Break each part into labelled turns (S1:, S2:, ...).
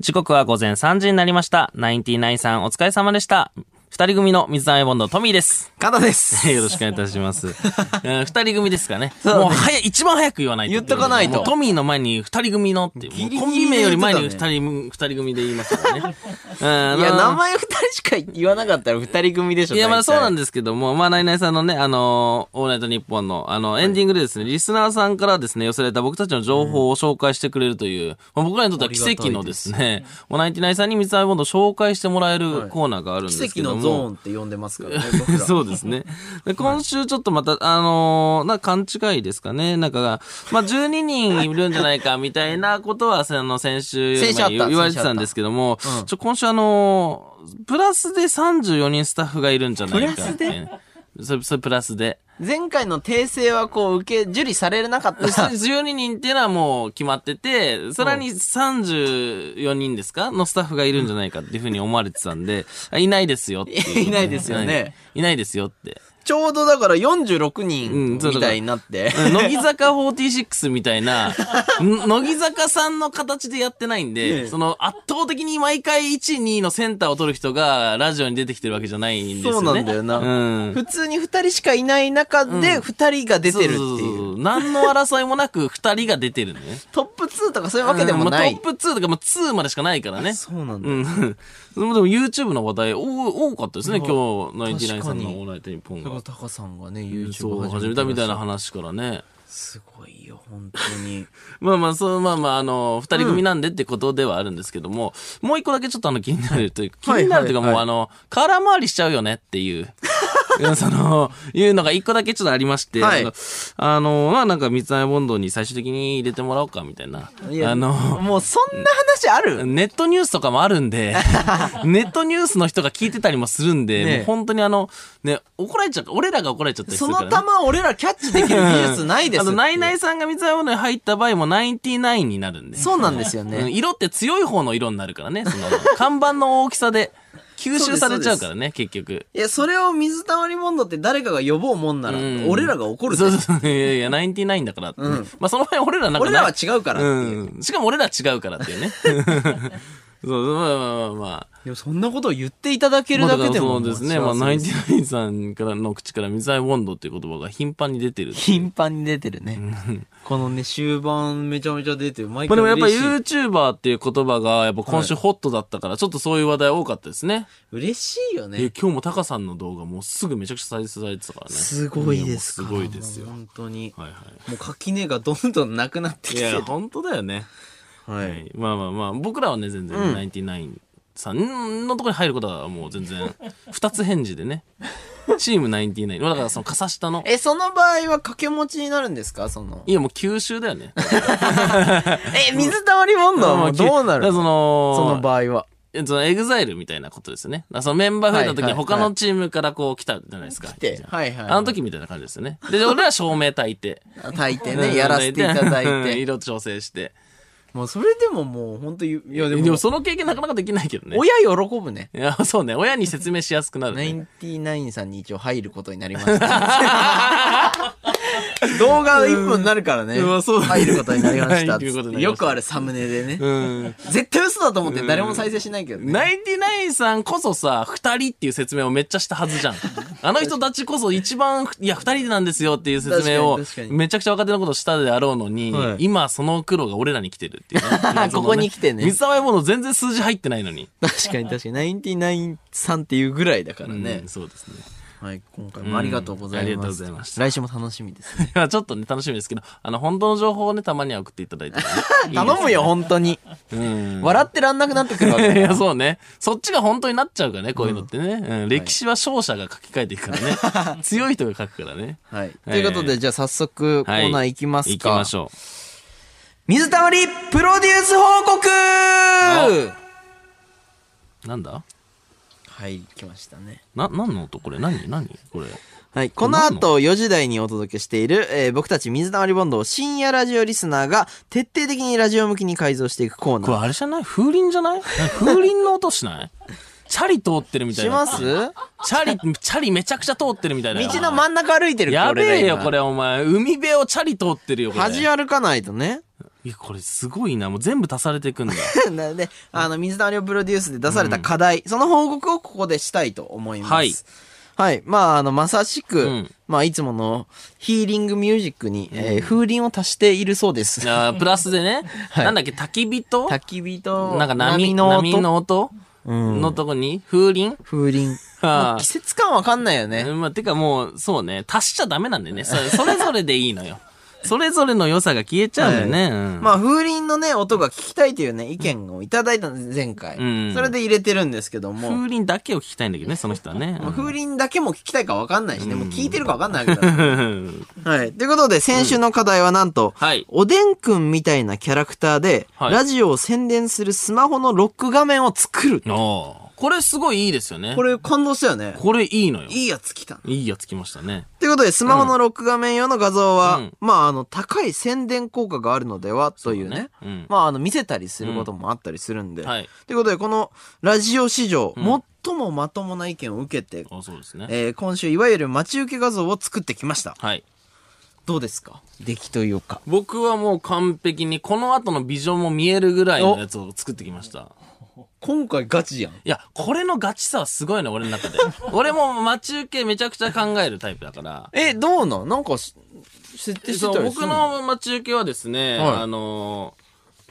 S1: 時刻は午前3時になりました。ナインティナインさんお疲れ様でした。二人組の水溜りボンド、トミーです。
S2: カナです。
S1: よろしくお願いいたします。うん二人組ですかね。
S2: うだね
S1: もう早い、一番早く言わない
S2: 言っとかないと
S1: もうトミーの前に二人組のって、もう
S2: ギリギリ
S1: コンビ名より前に二
S2: 言ってた
S1: 人組、二人組で言いますからね。うん
S2: いや、
S1: あの
S2: 名前二人しか言わなかったら二人組でしょ。
S1: いや、まあそうなん
S2: だ。
S1: ですけども、まあ、ナイナイさんのね、あのーオールナイトニッポンの、あの、エンディングでですね、リスナーさんからですね、寄せられた僕たちの情報を紹介してくれるという、まあ僕らにとっては奇跡のですね、もうナインティナインさんに三つ編ボンドを紹介してもらえるコーナーがあるんです
S2: 奇
S1: け
S2: 跡
S1: ど
S2: の
S1: も。
S2: ゾーンって呼んでますからね、僕 ら。
S1: そうですね。で今週ちょっとまた、あのーな、勘違いですかね。なんか、まあ、12人いるんじゃないか、みたいなこと は、その、先週、
S2: 先週あった
S1: まあ言われてたんですけども、ちょ、今週あのープラスで34人スタッフがいるんじゃないかって。
S2: プラスで
S1: それ、それプラス で。
S2: 前回の訂正はこう、受け、受理されなかっ
S1: で
S2: た。
S1: 12人っていうのはもう決まってて、さらに34人ですかのスタッフがいるんじゃないかっていうふうに思われてたんで、あいないですよってう
S2: いないですよね。
S1: いないですよって。
S2: ちょうどだから46
S1: う
S2: 人
S1: んそうだ
S2: みたいになって。
S1: 乃木坂46みたいな、 ん乃木坂さんの形でやってないん
S2: え
S1: で、
S2: え
S1: その圧倒的に毎回1、2のセンターを取る人がラジオに出てきてるわけじゃないんですよね。
S2: そうなんだよな
S1: うん。
S2: 普通に二人しかいない中で二人が出てるって
S1: そうそうそ
S2: い。
S1: うう何の争いもなく2人が出てるね。
S2: トップ2とかそういうわけでもな
S1: うん
S2: い。
S1: まあトップ2とかもう2までしかないからね。
S2: そうなんだ
S1: う。ん。 でもでも YouTube の話題お多かったですね、今日、ナインティナインさんの
S2: 確かに
S1: オールナイトニッポン
S2: だから
S1: が。
S2: タカさんがね、
S1: そう、
S2: YouTube
S1: 始めたみたいな。話からね。
S2: すごいよ、本当 に。
S1: まあまあ、そう、まあまあ、あの、二人組なんでってことではあるんですけども、もう一個だけちょっとあの、気になるというか、気
S2: はい
S1: になるというか、
S2: はい
S1: もう
S2: はい
S1: あの、空回りしちゃうよねって いう。その、いうのが一個だけちょっとありまして、
S2: はい
S1: あのあの、まあなんか三つ穴ボンドに最終的に入れてもらおうかみたいな。
S2: いや
S1: あの、
S2: もうそんな話ある
S1: ネットニュースとかもあるん で、ネットニュースの人が聞いてたりもするんで、
S2: ねえ
S1: もう本当にあの、ね、怒られちゃう、俺らが怒られちゃったりす
S2: そ
S1: るから、ね。
S2: の球俺らキャッチできる技術ないです
S1: あ
S2: って。
S1: の、ナイナイさんが三つ穴ボンドに入った場合もナインティナインになるんで。
S2: そうなんですよ
S1: うん
S2: ね。
S1: 色って強い方の色になるからね。その、 看板の大きさで吸収されちゃうからね、結局。
S2: いや、それを水溜りボンドって誰かが呼ぼうもんなら
S1: うん、
S2: 俺らが怒る
S1: そ
S2: ぜ
S1: うそうそう。いやいや、ナインティナインだからってね。
S2: うん
S1: まあ、その前俺らなんか
S2: 俺らは違うからっていう。
S1: うん。しかも俺ら違うからっていう ね。そうそう、まあまあまあまあ。
S2: でもそんなことを言っていただける
S1: まあ
S2: だ
S1: だ
S2: け
S1: から
S2: でも。
S1: そうですね。まあ、ナインティナインさんからの口から水合いボンドっていう言葉が頻繁に出てる。
S2: 頻繁に出てるね。このね、終盤めちゃめちゃ出てる。毎
S1: まあ
S2: 回
S1: でもやっぱ
S2: 嬉しい。
S1: YouTuber っていう言葉がやっぱ今週ホットだったから、ちょっとそういう話題多かったですね。
S2: 嬉しいよ
S1: え
S2: ね。
S1: 今日もタカさんの動画もうすぐめちゃくちゃ再生されてたからね。
S2: すごいですから
S1: いやもうすごいですよ。
S2: 本当に。
S1: はいは
S2: もう垣根がどんどんなくなって
S1: い。
S2: き
S1: い
S2: て
S1: や、
S2: る。
S1: 本当だよね。
S2: は。
S1: はいい。まあまあまあ、僕らはね、全然、ナインティナインさんのところに入ることはもう全然、 二つ返事でね。チームナインティナイン。だからその、傘下の。
S2: え、その場合は掛け持ちになるんですかその
S1: い。や、もう吸収だよ ね。
S2: え、水溜りボンドはもうどうな
S1: だからそ
S2: るの
S1: の、
S2: その場合は。
S1: えそのエグザイルみたいなことですよね。だからそのメンバー増えた時
S2: は
S1: に
S2: いはい
S1: 他のチームからこう来たじゃないですか。
S2: って、はいはい。
S1: あの時みたいな感じですよね。で、俺ら照明焚いて。
S2: 炊いてね、やらせていただい
S1: うん
S2: て。
S1: 色調整して。
S2: もうそれでももう本当に、いや
S1: で
S2: で
S1: も
S2: も、
S1: その経験なかなかできないけどね。
S2: 親喜ぶね。
S1: いや、そうね。親に説明しやすくなる、
S2: ナ
S1: ね。
S2: インティナインさんに一応入ることになりま した。動画1分になるからね。
S1: うんうわそうだね
S2: 入ることになりましたっ
S1: 入ることになりま
S2: つって。
S1: した
S2: よくあるサムネでね。
S1: うん。
S2: 絶対嘘だと思って誰も再生しないけどね。
S1: ナインティナインさんこそさ、二人っていう説明をめっちゃしたはず じゃん。あの人たちこそ一番、いや、二人なんですよっていう説明を
S2: 確かに確か、に
S1: めちゃくちゃ若手のことしたであろうのに、
S2: はい
S1: 今その苦労が俺らに来てるっていう、 ね
S2: ここに来てね
S1: 水溜りボンド全然数字入ってないのに。
S2: 確かに確かに。ナインティナインさんっていうぐらいだから
S1: う
S2: ね
S1: ん。そうですね。
S2: はい、今回もありがとうござい
S1: うん
S2: ます。
S1: ありがとうございました
S2: 来週も楽しみですね。
S1: いやちょっとね、楽しみですけど、あの、本当の情報をね、たまには送っていただいて、ね。
S2: 頼むよ、本当に。
S1: うん。
S2: 笑ってらんなくなってくるわけ
S1: い
S2: だ
S1: や、そうね。そっちが本当になっちゃうからね、こういうのってね。うん歴史は勝者が書き換えていく からね。強い人が書くからね。
S2: はい。ということで、じゃあ早速コ
S1: はい
S2: ーナー行きます
S1: 行き
S2: か。
S1: ましょ
S2: 水溜りプロデュース報告
S1: う。なんだ
S2: はい、来ましたね。
S1: な、何の音これ何何これ。
S2: はい。この後4時台にお届けしている、えー僕たち水溜りボンドを深夜ラジオリスナーが徹底的にラジオ向きに改造していくコーナ
S1: これ
S2: ー。
S1: あれじゃない風鈴じゃないなんか風鈴の音しないチャリ通ってるみたい
S2: し
S1: な。
S2: ます
S1: チ
S2: 道
S1: ャリ、チャリめちゃくちゃ通ってるみたいな。
S2: の真ん中歩いてる
S1: やべえよ、
S2: 俺ら今
S1: これ、お前。海辺をチャリ通ってるよ、これ。
S2: 端歩かないとね。
S1: いや、これすごいな。もう全部足されていくんだ。
S2: なので、あの、水溜りをプロデュースで出された課題、その報告をここでしたいと思います。は
S1: はいい。
S2: まあ、あの、まさしく、
S1: うん
S2: まあ、いつものヒーリングミュージックに、えー風鈴を足しているそうです。
S1: あープラスで ね、
S2: はい
S1: なんだっけ、焚き火と、
S2: 焚き火と、
S1: なんか波
S2: の音。
S1: 波の音
S2: うん
S1: のとこに、風鈴
S2: 風鈴。
S1: あ
S2: 季節感わかんないよ
S1: あ。
S2: ね。
S1: まあ、てかもう、そうね、足しちゃダメなんだよね。それそれぞれでいいの よ。それぞれの良さが消えちゃうんだよね。うん
S2: まあ、風鈴のね、音が聞きたいというね、意見をいただいたんです、前回。
S1: うん
S2: それで入れてるんですけども。
S1: 風鈴だけを聞きたいんだけどね、その人はね。
S2: まあ風鈴だけも聞きたいかわかんないしね、もう聞いてるかわかんないわけだから はい。ということで、先週の課題はなんと、
S1: はい
S2: おでんくんみたいなキャラクターで、
S1: はい
S2: ラジオを宣伝するスマホのロック画面を作る。
S1: おーこれすごいいいですよね。
S2: こ
S1: これ、
S2: れ感動したよね。
S1: いいのよ。い
S2: いいやつ来たな。
S1: いやつきましたね。
S2: ということで、スマホのロック画面用の画像は、
S1: うん
S2: まあ、あの、高い宣伝効果があるのでは、という
S1: そ
S2: ね。
S1: うだねうん
S2: まあ、あの、見せたりすることもあったりするんで。
S1: はい。
S2: ということで、このラジオ史上、最もまともな意見を受けて、
S1: あそうですね。
S2: えー今週、いわゆる待ち受け画像を作ってきました。
S1: はい。
S2: どうですか出来というか。
S1: 僕はもう完璧に、この後のビジョンも見えるぐらいのやつを作ってきました。
S2: 今回ガチやん。
S1: いや、これのガチさはすごいね、俺の中 で。俺も待ち受けめちゃくちゃ考えるタイプだから。
S2: え、どうなんなんかし、設定して
S1: そ
S2: た
S1: う、
S2: りす
S1: 僕
S2: る
S1: の待ち受けはですね、
S2: はい
S1: あのー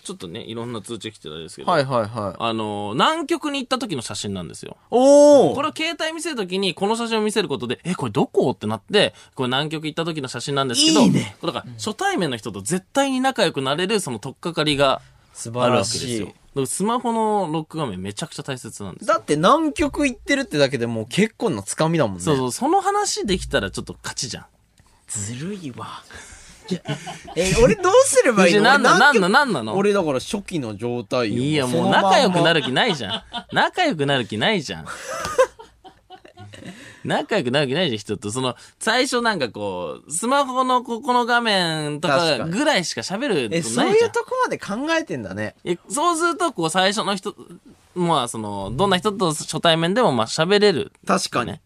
S1: ちょっとね、いろんな通知来てたんですけど、
S2: はいはいはい。
S1: あのー南極に行った時の写真なんですよ。
S2: お
S1: これを携帯見せるときに、この写真を見せることで、え、これどこってなって、これ南極行った時の写真なんですけど、
S2: いいね
S1: これだから、初対面の人と絶対に仲良くなれる、その取っかかりが
S2: 素
S1: あるわけですよ。だからスマホのロック画面めちゃくちゃ大切なんですよ
S2: だって南極行ってるってだけでもう結構なつかみだもんね。
S1: そうそう、その話できたらちょっと勝ちじゃん。
S2: ずる いわ。いや、え、俺どうすればいいの
S1: なんな
S2: 俺
S1: のなんなの
S2: 南極
S1: なんなの
S2: 俺だから初期の状態よ
S1: いや、
S2: そ
S1: も
S2: の
S1: う
S2: まんま
S1: 仲良くなる気ないじゃん。仲良くなる気ないじゃん。 仲良くなる気ないじゃん、人と。その、最初なんかこう、スマホのここの画面と
S2: 確か
S1: か
S2: に
S1: ぐらいしか喋ることな
S2: え、
S1: いじ
S2: そ
S1: ゃ。
S2: うんいうとこまで考えてんだね。
S1: えそうすると、こう、最初の人、まあ、その、どんな人と初対面でも、まあ、喋れる。
S2: 確かに。
S1: ね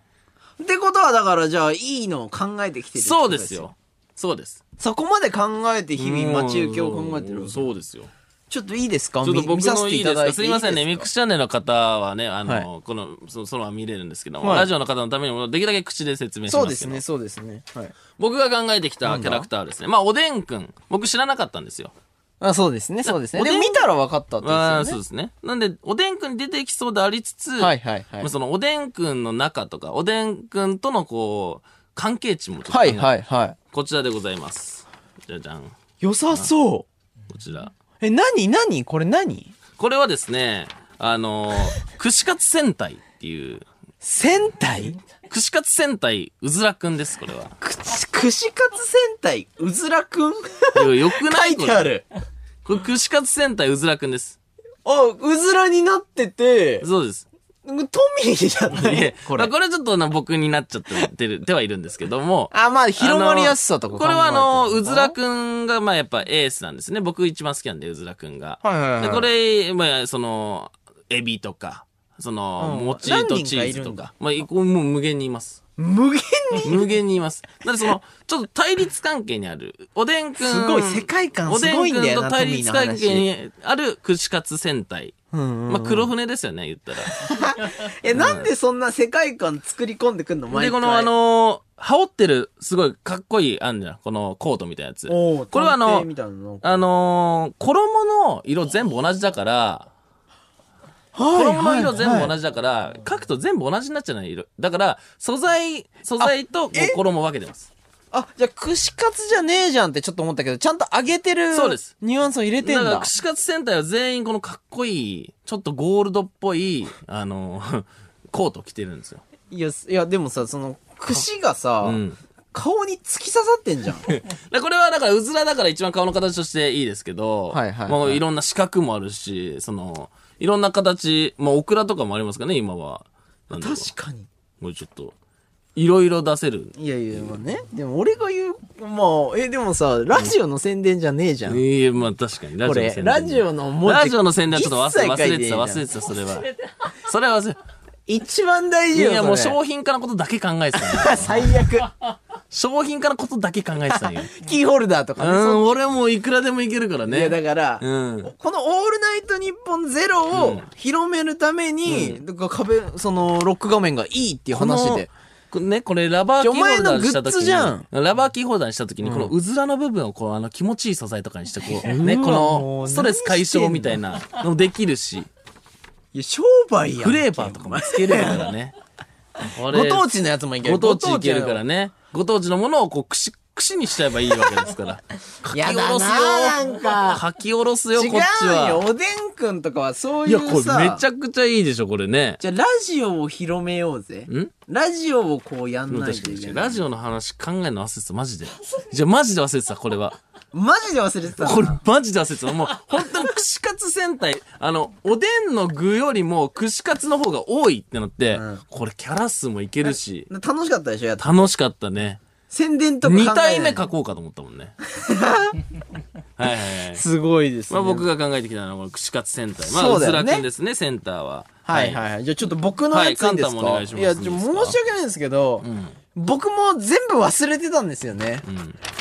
S2: ってことはだからじゃあいいのを考えてきてるってこ
S1: そう
S2: と
S1: です。よ。そうです。
S2: そこまで考えて日々待ち受けを考えて
S1: う
S2: る
S1: ん。そうですよ。
S2: ちょっといいですか
S1: ちょっと
S2: み
S1: 僕
S2: 見させ
S1: の
S2: て
S1: いい
S2: い
S1: で
S2: た
S1: す
S2: だい
S1: か
S2: て
S1: すいませんね。
S2: いい
S1: ミ
S2: ですか
S1: クシャネの方はね、あの、
S2: は
S1: この、そそのまま見れるんですけども、
S2: はい
S1: ラジオの方のためにも、できるだけ口で説明しますけど。
S2: そうですね、そうですね。はい。
S1: 僕が考えてきたキャラクターはですね。まあ、おでんくん。僕知らなかったんですよ。
S2: あ、そうですね、そうですね。
S1: お
S2: で
S1: でん
S2: も見たら分かったって
S1: ああー、
S2: です
S1: そう
S2: よね。
S1: ですね。なんで、おでんくんに出てきそうでありつつ、
S2: はいはいはい
S1: まあ、。そのおでんくんの中とか、おでんくんとのこう、関係値もちょっと考
S2: は
S1: えて
S2: いはいはい。
S1: こちらでございます。じゃじゃん。
S2: 良さそう。
S1: こちら。
S2: え、何何これ何
S1: これはですね、あのー 串カツ戦隊っていう、
S2: 戦隊
S1: 串カツ戦隊うずらくんです、これは。
S2: くち、串カツ戦隊うずらくん
S1: いやよくな
S2: 書
S1: い
S2: い
S1: こ
S2: てあ
S1: れ。
S2: る。
S1: これ串カツ戦隊うずらくんです。
S2: あ、うずらになってて、
S1: そう です。
S2: トミーじゃないい
S1: や
S2: こ
S1: ま
S2: れ
S1: あ。これちょっとな僕になっちゃってる、ではいるんですけども。
S2: あ、まあ、広まりやすさとか
S1: これはあの、うずら
S2: く
S1: くんが、まあやっぱエースなんですね。僕一番好きなんで、うずらくんが。
S2: はいはいはい
S1: で、これ、まあ、その、エビとか、その、
S2: うん
S1: 餅とチーズとか。まあ、こうもう無限にいます。
S2: 無限に。
S1: 無限にいます。なんでその、ちょっと対立関係にある、おでんくん。
S2: すごい世界観
S1: おです
S2: ごい
S1: ん
S2: ん
S1: く
S2: だ
S1: ん
S2: よな
S1: と対立関係にある串カツ戦隊。
S2: うん
S1: まあ、黒船ですよね、言ったら。
S2: え、なんでそんな世界観作り込んでくんの毎
S1: で、
S2: 回
S1: このあ、のー羽織ってる、すごいかっこいい、あんじゃん。このコートみたいなやつ。
S2: おー
S1: これはあの
S2: 探偵みたいなの
S1: あのー衣の色全部同じだから、衣の色全部同じだから、書くと全部同じになっちゃうのよ色。だから、素材、素材とこう衣を分けてます。
S2: あ、じゃあ、串カツじゃねえじゃんってちょっと思ったけど、ちゃんと揚げてる。
S1: そうです
S2: ニュアンスを入れてん
S1: だから、
S2: だ。
S1: 串カツ戦隊は全員このかっこいい、ちょっとゴールドっぽい、あのー コート着てるんですよ。
S2: いや、いや、でもさ、その、串がさ、
S1: うん。
S2: 顔に突き刺さって んじゃん。
S1: でこれはだから、うずらだから一番顔の形としていいですけど、
S2: はいはいはい
S1: もういろんな四角もあるし、その、いろんな形、まあ、オクラとかもありますかね、今は。なんだろう
S2: 確かに。
S1: もうちょっと、いろいろ出せる。
S2: いやいや、まあね。でも俺が言う、まあ、え、でもさ、ラジオの宣伝じゃねえじゃん。
S1: ええまあ確かに、ラ
S2: こ
S1: ジオの
S2: れ
S1: 宣、伝。
S2: ラジオの文字。
S1: ラジオの宣伝はちょっと忘れ
S2: 一切書い
S1: 忘れ
S2: ね
S1: て
S2: えじ
S1: た、
S2: ゃん
S1: 忘れてた、それは。それは忘れ
S2: 一番大
S1: い
S2: 事よ。
S1: や、もう
S2: それ
S1: 商品化のことだけ考えてたね。
S2: 最悪。
S1: 商品化のことだけ考えて たんよ。
S2: キーホルダーと
S1: う
S2: かね。そ
S1: ん、俺はもういくらでもいけるから
S2: ういや、だ
S1: ね。
S2: から、
S1: うん。
S2: この「オールナイトニッポンゼロを広めるために、だから壁そのロック画面がいいっていう話で
S1: この。ね、これラバーキーホルダーにした時に。
S2: じゃあお前のグッズ
S1: ラバーキーホルダーにした時に、このうずらの部分をこう、あの気持ちいい素材とかにして、こう、ね、
S2: うわ
S1: こ
S2: も
S1: の
S2: う
S1: ストレス解消みたいなのもできるし、
S2: いや商売やん
S1: フレーバーとかもつけれるからね。こ
S2: ご
S1: れ
S2: 当地のやつもいける
S1: ご当地いけるか
S2: ご
S1: らね。ご当地のものをこう、くし、くしにしちゃえばいいわけですから。
S2: 当地
S1: 書
S2: や
S1: き
S2: だ
S1: 下ろ
S2: なな
S1: す
S2: ん
S1: よ。
S2: か
S1: 書き下ろすよ、
S2: 違
S1: こっち
S2: うよ
S1: は。
S2: おでんくんとかはそう
S1: い
S2: い
S1: や、こ
S2: う
S1: れ
S2: さ
S1: めちゃくちゃいいでしょ、これね。
S2: じゃあラジオを広めようぜ
S1: ん
S2: ラジオをこうやんない
S1: 確
S2: と
S1: か
S2: いけ
S1: に。
S2: ない
S1: ラジオの話考えるの忘れてた、マジで。じゃあマジで忘れてた、これは。
S2: マジで忘れてた
S1: これマジで焦ってた。もう、本当に串カツ戦隊、あの、おでんの具よりも串カツの方が多いってなって、
S2: ん
S1: これキャラ数もいけるし、
S2: 楽しかったでしょやった
S1: 楽しかったね。
S2: 宣伝とか考え
S1: 2
S2: ない
S1: 体目書こうかと思ったもん ね。はいはいはい。
S2: すごいですね
S1: まあ僕が考えてきたのはこの串カツ戦隊。まあ、
S2: そう
S1: う
S2: だ
S1: ず
S2: よね
S1: らくんですね、センターは。
S2: はいはいはい。じゃあちょっと僕の
S1: はい
S2: やついいんですか、
S1: カンタもお願いします
S2: や、ちょ申し訳ないんですけど、僕も全部忘れてたんですよね。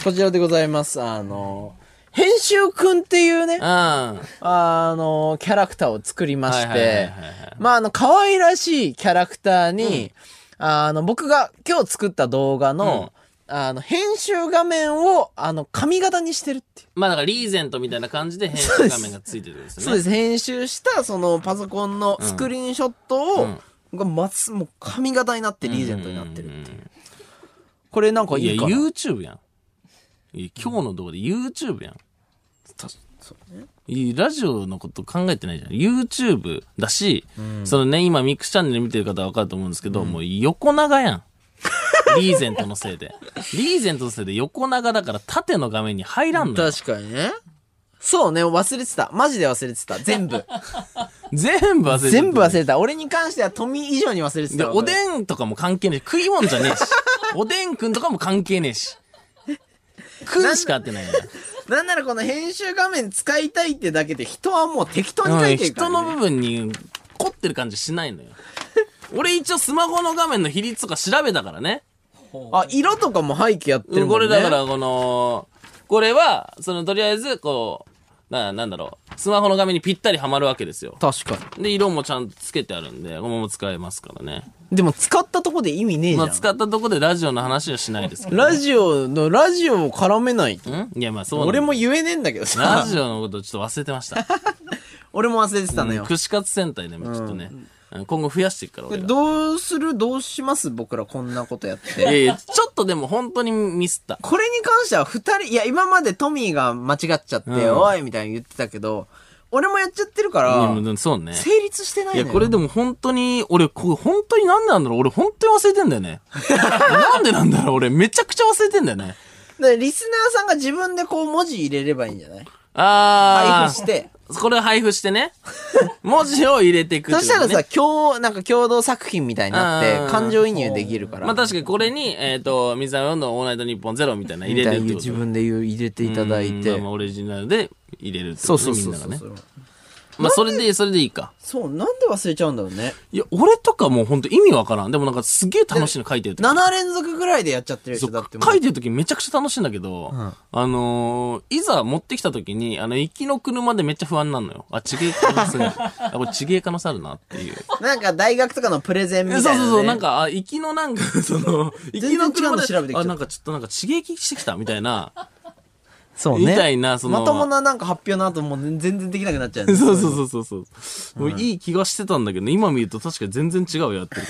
S2: こちらでございます。あの、編集くんっていうね、
S1: あ
S2: あの、キャラクターを作りま
S1: は
S2: し
S1: いはいはい
S2: て
S1: はいはい、
S2: まああの、可愛らしいキャラクターに、あの、僕が今日作った動画の、あの、編集画面を、あの、髪型にしてるっていう。
S1: まあだからリーゼントみたいな感じで変
S2: そう
S1: 身
S2: で
S1: 画
S2: す
S1: 面がついてるんですね。
S2: そうです。編集した、その、パソコンのスクリーンショットを、がまつ、もう髪型になってリーゼントになってる。
S1: うんうんうん
S2: これなんか
S1: いや、
S2: いいかな
S1: YouTube やん。いや今日の動画で YouTube やん。いいラジオのこと考えてないじゃん。YouTube だし、そのね、今ミックスチャンネル見てる方はわかると思うんですけど、もう横長やん。リーゼントのせいで。 リーゼントのせいで横長だから縦の画面に入らんのよ。
S2: 確かにね。そうね、忘れてた。マジで忘れてた。全 部。
S1: 全部忘れてる
S2: 全部忘れてた。俺に関しては富以上に忘れて
S1: で、
S2: た。
S1: おでんとかも関係ねえし、食い物じゃねえし、おでんくんとかも関係ねえし。食うしか合ってないよね。
S2: なんならこの編集画面使いたいってだけで人はもう適当に書
S1: う
S2: い
S1: ん、
S2: てるか
S1: 人
S2: ら、
S1: の
S2: ね。
S1: 部分に凝ってる感じしない のよ。俺一応スマホの画面の比率とか調べたからね。
S2: あ、色とかも背景やってる
S1: こ
S2: もん
S1: れ
S2: ね。
S1: だか。らこの、これは、そのとりあえず、こう、な、なんだろう、スマホの画面にぴったりはまるわけですよ。
S2: 確か
S1: で、色もちゃんとつけてあるんで、このまま使えますからね。
S2: に。でも使ったとこで意味ねえじゃ
S1: ま
S2: ん。
S1: あ、使ったとこでラジオの話はしないですけど。
S2: ラジオの、ラジオを絡めないと。
S1: んいや、まあそうなんだ
S2: 俺も言えねえんだけど
S1: ラ
S2: さ。
S1: ジオのことちょっと忘れてました。
S2: 俺も忘れてたの
S1: う
S2: よ
S1: ん。串カツ戦隊ね、ちょっとね、あの今後増やしていくから、俺ら。
S2: どうするどうします僕らこんなことやって。
S1: いやいや、ちょっとでも本当にミスった。
S2: これに関しては二人、いや、今までトミーが間違っちゃって、
S1: うん
S2: おいみたいに言ってたけど、俺もやっちゃってるか
S1: いや
S2: ら、
S1: でもそうね。
S2: 成立してない
S1: い
S2: の
S1: や、
S2: よ。
S1: これでも本当に、俺、これ本当になんなんだろう俺本当に忘れてんだよ ね。なんでなんだろう俺めちゃくちゃ忘れてんだよね。
S2: でリスナーさんが自分でこう文字入れればいいんじゃない配
S1: あ
S2: 布
S1: ー。
S2: して。
S1: これ配布してね。文字を入れていくって
S2: そ
S1: ことね
S2: したらさ、共、なんか共同作品みたいになっ
S1: うん
S2: て、感情移入できるから。
S1: まあ確かにこれに、えっ、と、水溜りボンドのオールナイトニッポンゼロみたいなの入れるってこと
S2: 自分で言う入れていただい
S1: うん
S2: て
S1: まあ。オリジナルで入れるって
S2: そ
S1: こ
S2: う
S1: と
S2: そう
S1: ね、み
S2: そ
S1: ん
S2: う
S1: な
S2: そ
S1: が
S2: う
S1: ね。まあそれで、それでいいか。
S2: そう、なんで忘れちゃうんだろうね。
S1: いや、俺とかもうほんと意味わからん。でもなんかすげえ楽しいの書いてる時
S2: 7連続ぐらいでやっちゃってる
S1: そ
S2: 人だ
S1: う
S2: ってもう
S1: 書いてる時めちゃくちゃ楽しいんだけど、
S2: ん
S1: あのーいざ持ってきた時に、あの、行きの車でめっちゃ不安になるのよ。あ、ちげえ可能 性がある。あ、これちげえ可能性あるなっていう。
S2: なんか大学とかのプレゼンみた
S1: そ
S2: いう
S1: そ
S2: な、
S1: う
S2: ね。
S1: そう、なんか、あ、行きの なんか、その、行きの車
S2: 全然違うの調べてきちゃった
S1: あ、なんかちょっとなんかちげえ気してきたみたい な。
S2: そう
S1: みたいなその
S2: まともななんか発表の後もう全然できなくなっちゃう、
S1: そ
S2: ね。
S1: うそうそうそうそう。もういい気がしてたんだけど、今見ると確かに全然違うよ、やってる こ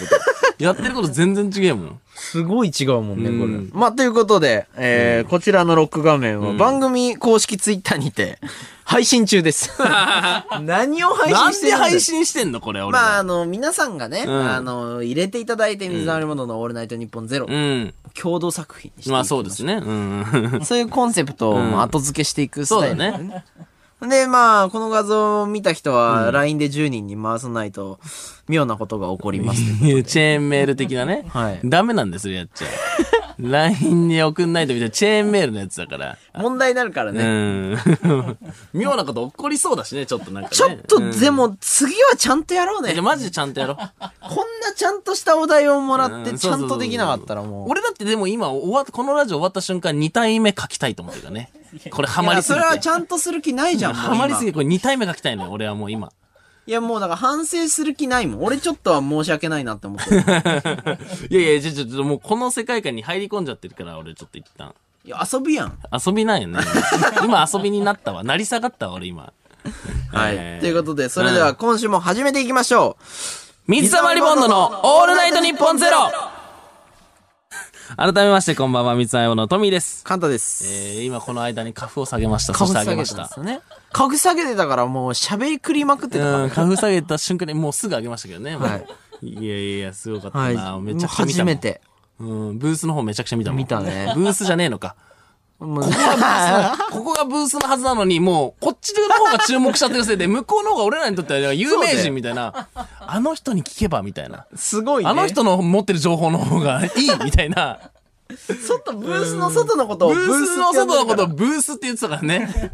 S1: と。やってること全然違えもん。
S2: すごい違うもんね、こ
S1: うん
S2: れ。まあ、ということで、えーこちらのロック画面は番組公式ツイッターにて配信 中です。何を配
S1: な
S2: 信
S1: ん
S2: して
S1: で
S2: るんだ
S1: 配信してんのこれ、俺ら。
S2: まあ、あの、皆さんがね、
S1: うん
S2: あの、入れていただいて、水溜りボンドのオールナイトニッポンゼロ、
S1: うん。
S2: 共同作品にしていき
S1: まあ
S2: しょ
S1: そうですね。うん。
S2: そういうコンセプトを
S1: うん
S2: まあ後付けしていくス
S1: そう
S2: タイ
S1: だ
S2: ル。
S1: ね。
S2: で、まあ、この画像を見た人は、LINE で10人に回さないと、妙なことが起こります。
S1: いやチェーンメール的なね。
S2: はい
S1: ダメなんですよ、やっちゃ。 LINE に送んないとみたいな、チェーンメールのやつだから。
S2: 問題になるから
S1: う
S2: ね。
S1: ん。妙なこと起こりそうだしね、ちょっとなんか、ね。
S2: ちょっと、
S1: うん
S2: でも、次はちゃんとやろう
S1: いや
S2: ね。
S1: マジでちゃんとやろう。
S2: こんなちゃんとしたお題をもらっ
S1: う
S2: て、
S1: ん
S2: ちゃんとできなかったらもう。
S1: 俺だってでも今終わっ、このラジオ終わった瞬間2体目書きたいと思ってるからね。これハ
S2: い
S1: マ
S2: や
S1: りす
S2: そ
S1: ぎ
S2: れは
S1: て。
S2: ちゃんとする気ないじゃん。
S1: ハマりすぎて、
S2: ぎ
S1: これ2体目書きたいのよ、俺はもう今。
S2: いや、もうだから反省する気ないもん。俺ちょっとは申し訳ないなって思ってる。
S1: いやいや、ちょ、ちょ、ちょ、もうこの世界観に入り込んじゃってるから、俺ちょっと一旦。
S2: いや、遊びやん。
S1: 遊びなんよね。今遊びになったわ。成り下がったわ、俺今。
S2: はい。ということで、それで
S1: う
S2: は今週も始めていきましょ
S1: 水溜りボンドのオールナイトニッポンゼロ改めまして、こんばんは、三沢のトミーで
S2: う。
S1: す。
S2: カンタで
S1: え
S2: す。
S1: ー、今この間に花粉を下げました。そして上げました。
S2: よね。かぐ下げてたからもう喋りくりまくってたから
S1: うん、花粉下げた瞬間にもうすぐ上げましたけどね。
S2: はい
S1: い。いやいやいや、すごかったな。
S2: はい。
S1: めち
S2: もう
S1: ゃくちゃ見たも
S2: 初
S1: ん
S2: め。て。
S1: うん、ブースの方めちゃくちゃ見たもん。
S2: 見たね
S1: ブースじゃねえのか。
S2: もう
S1: ここがブースのはずなのに、もう、こっちの方が注目しちゃってるせいで、向こうの方が俺らにとっては有名人みたい な、あの人に聞けばみたいな。
S2: すごいね。
S1: あの人の持ってる情報の方がいいみたいな。
S2: 外、ブースの外のこと
S1: ブ
S2: を
S1: ースの外のことを
S2: と。
S1: ブースって言ってたから ね。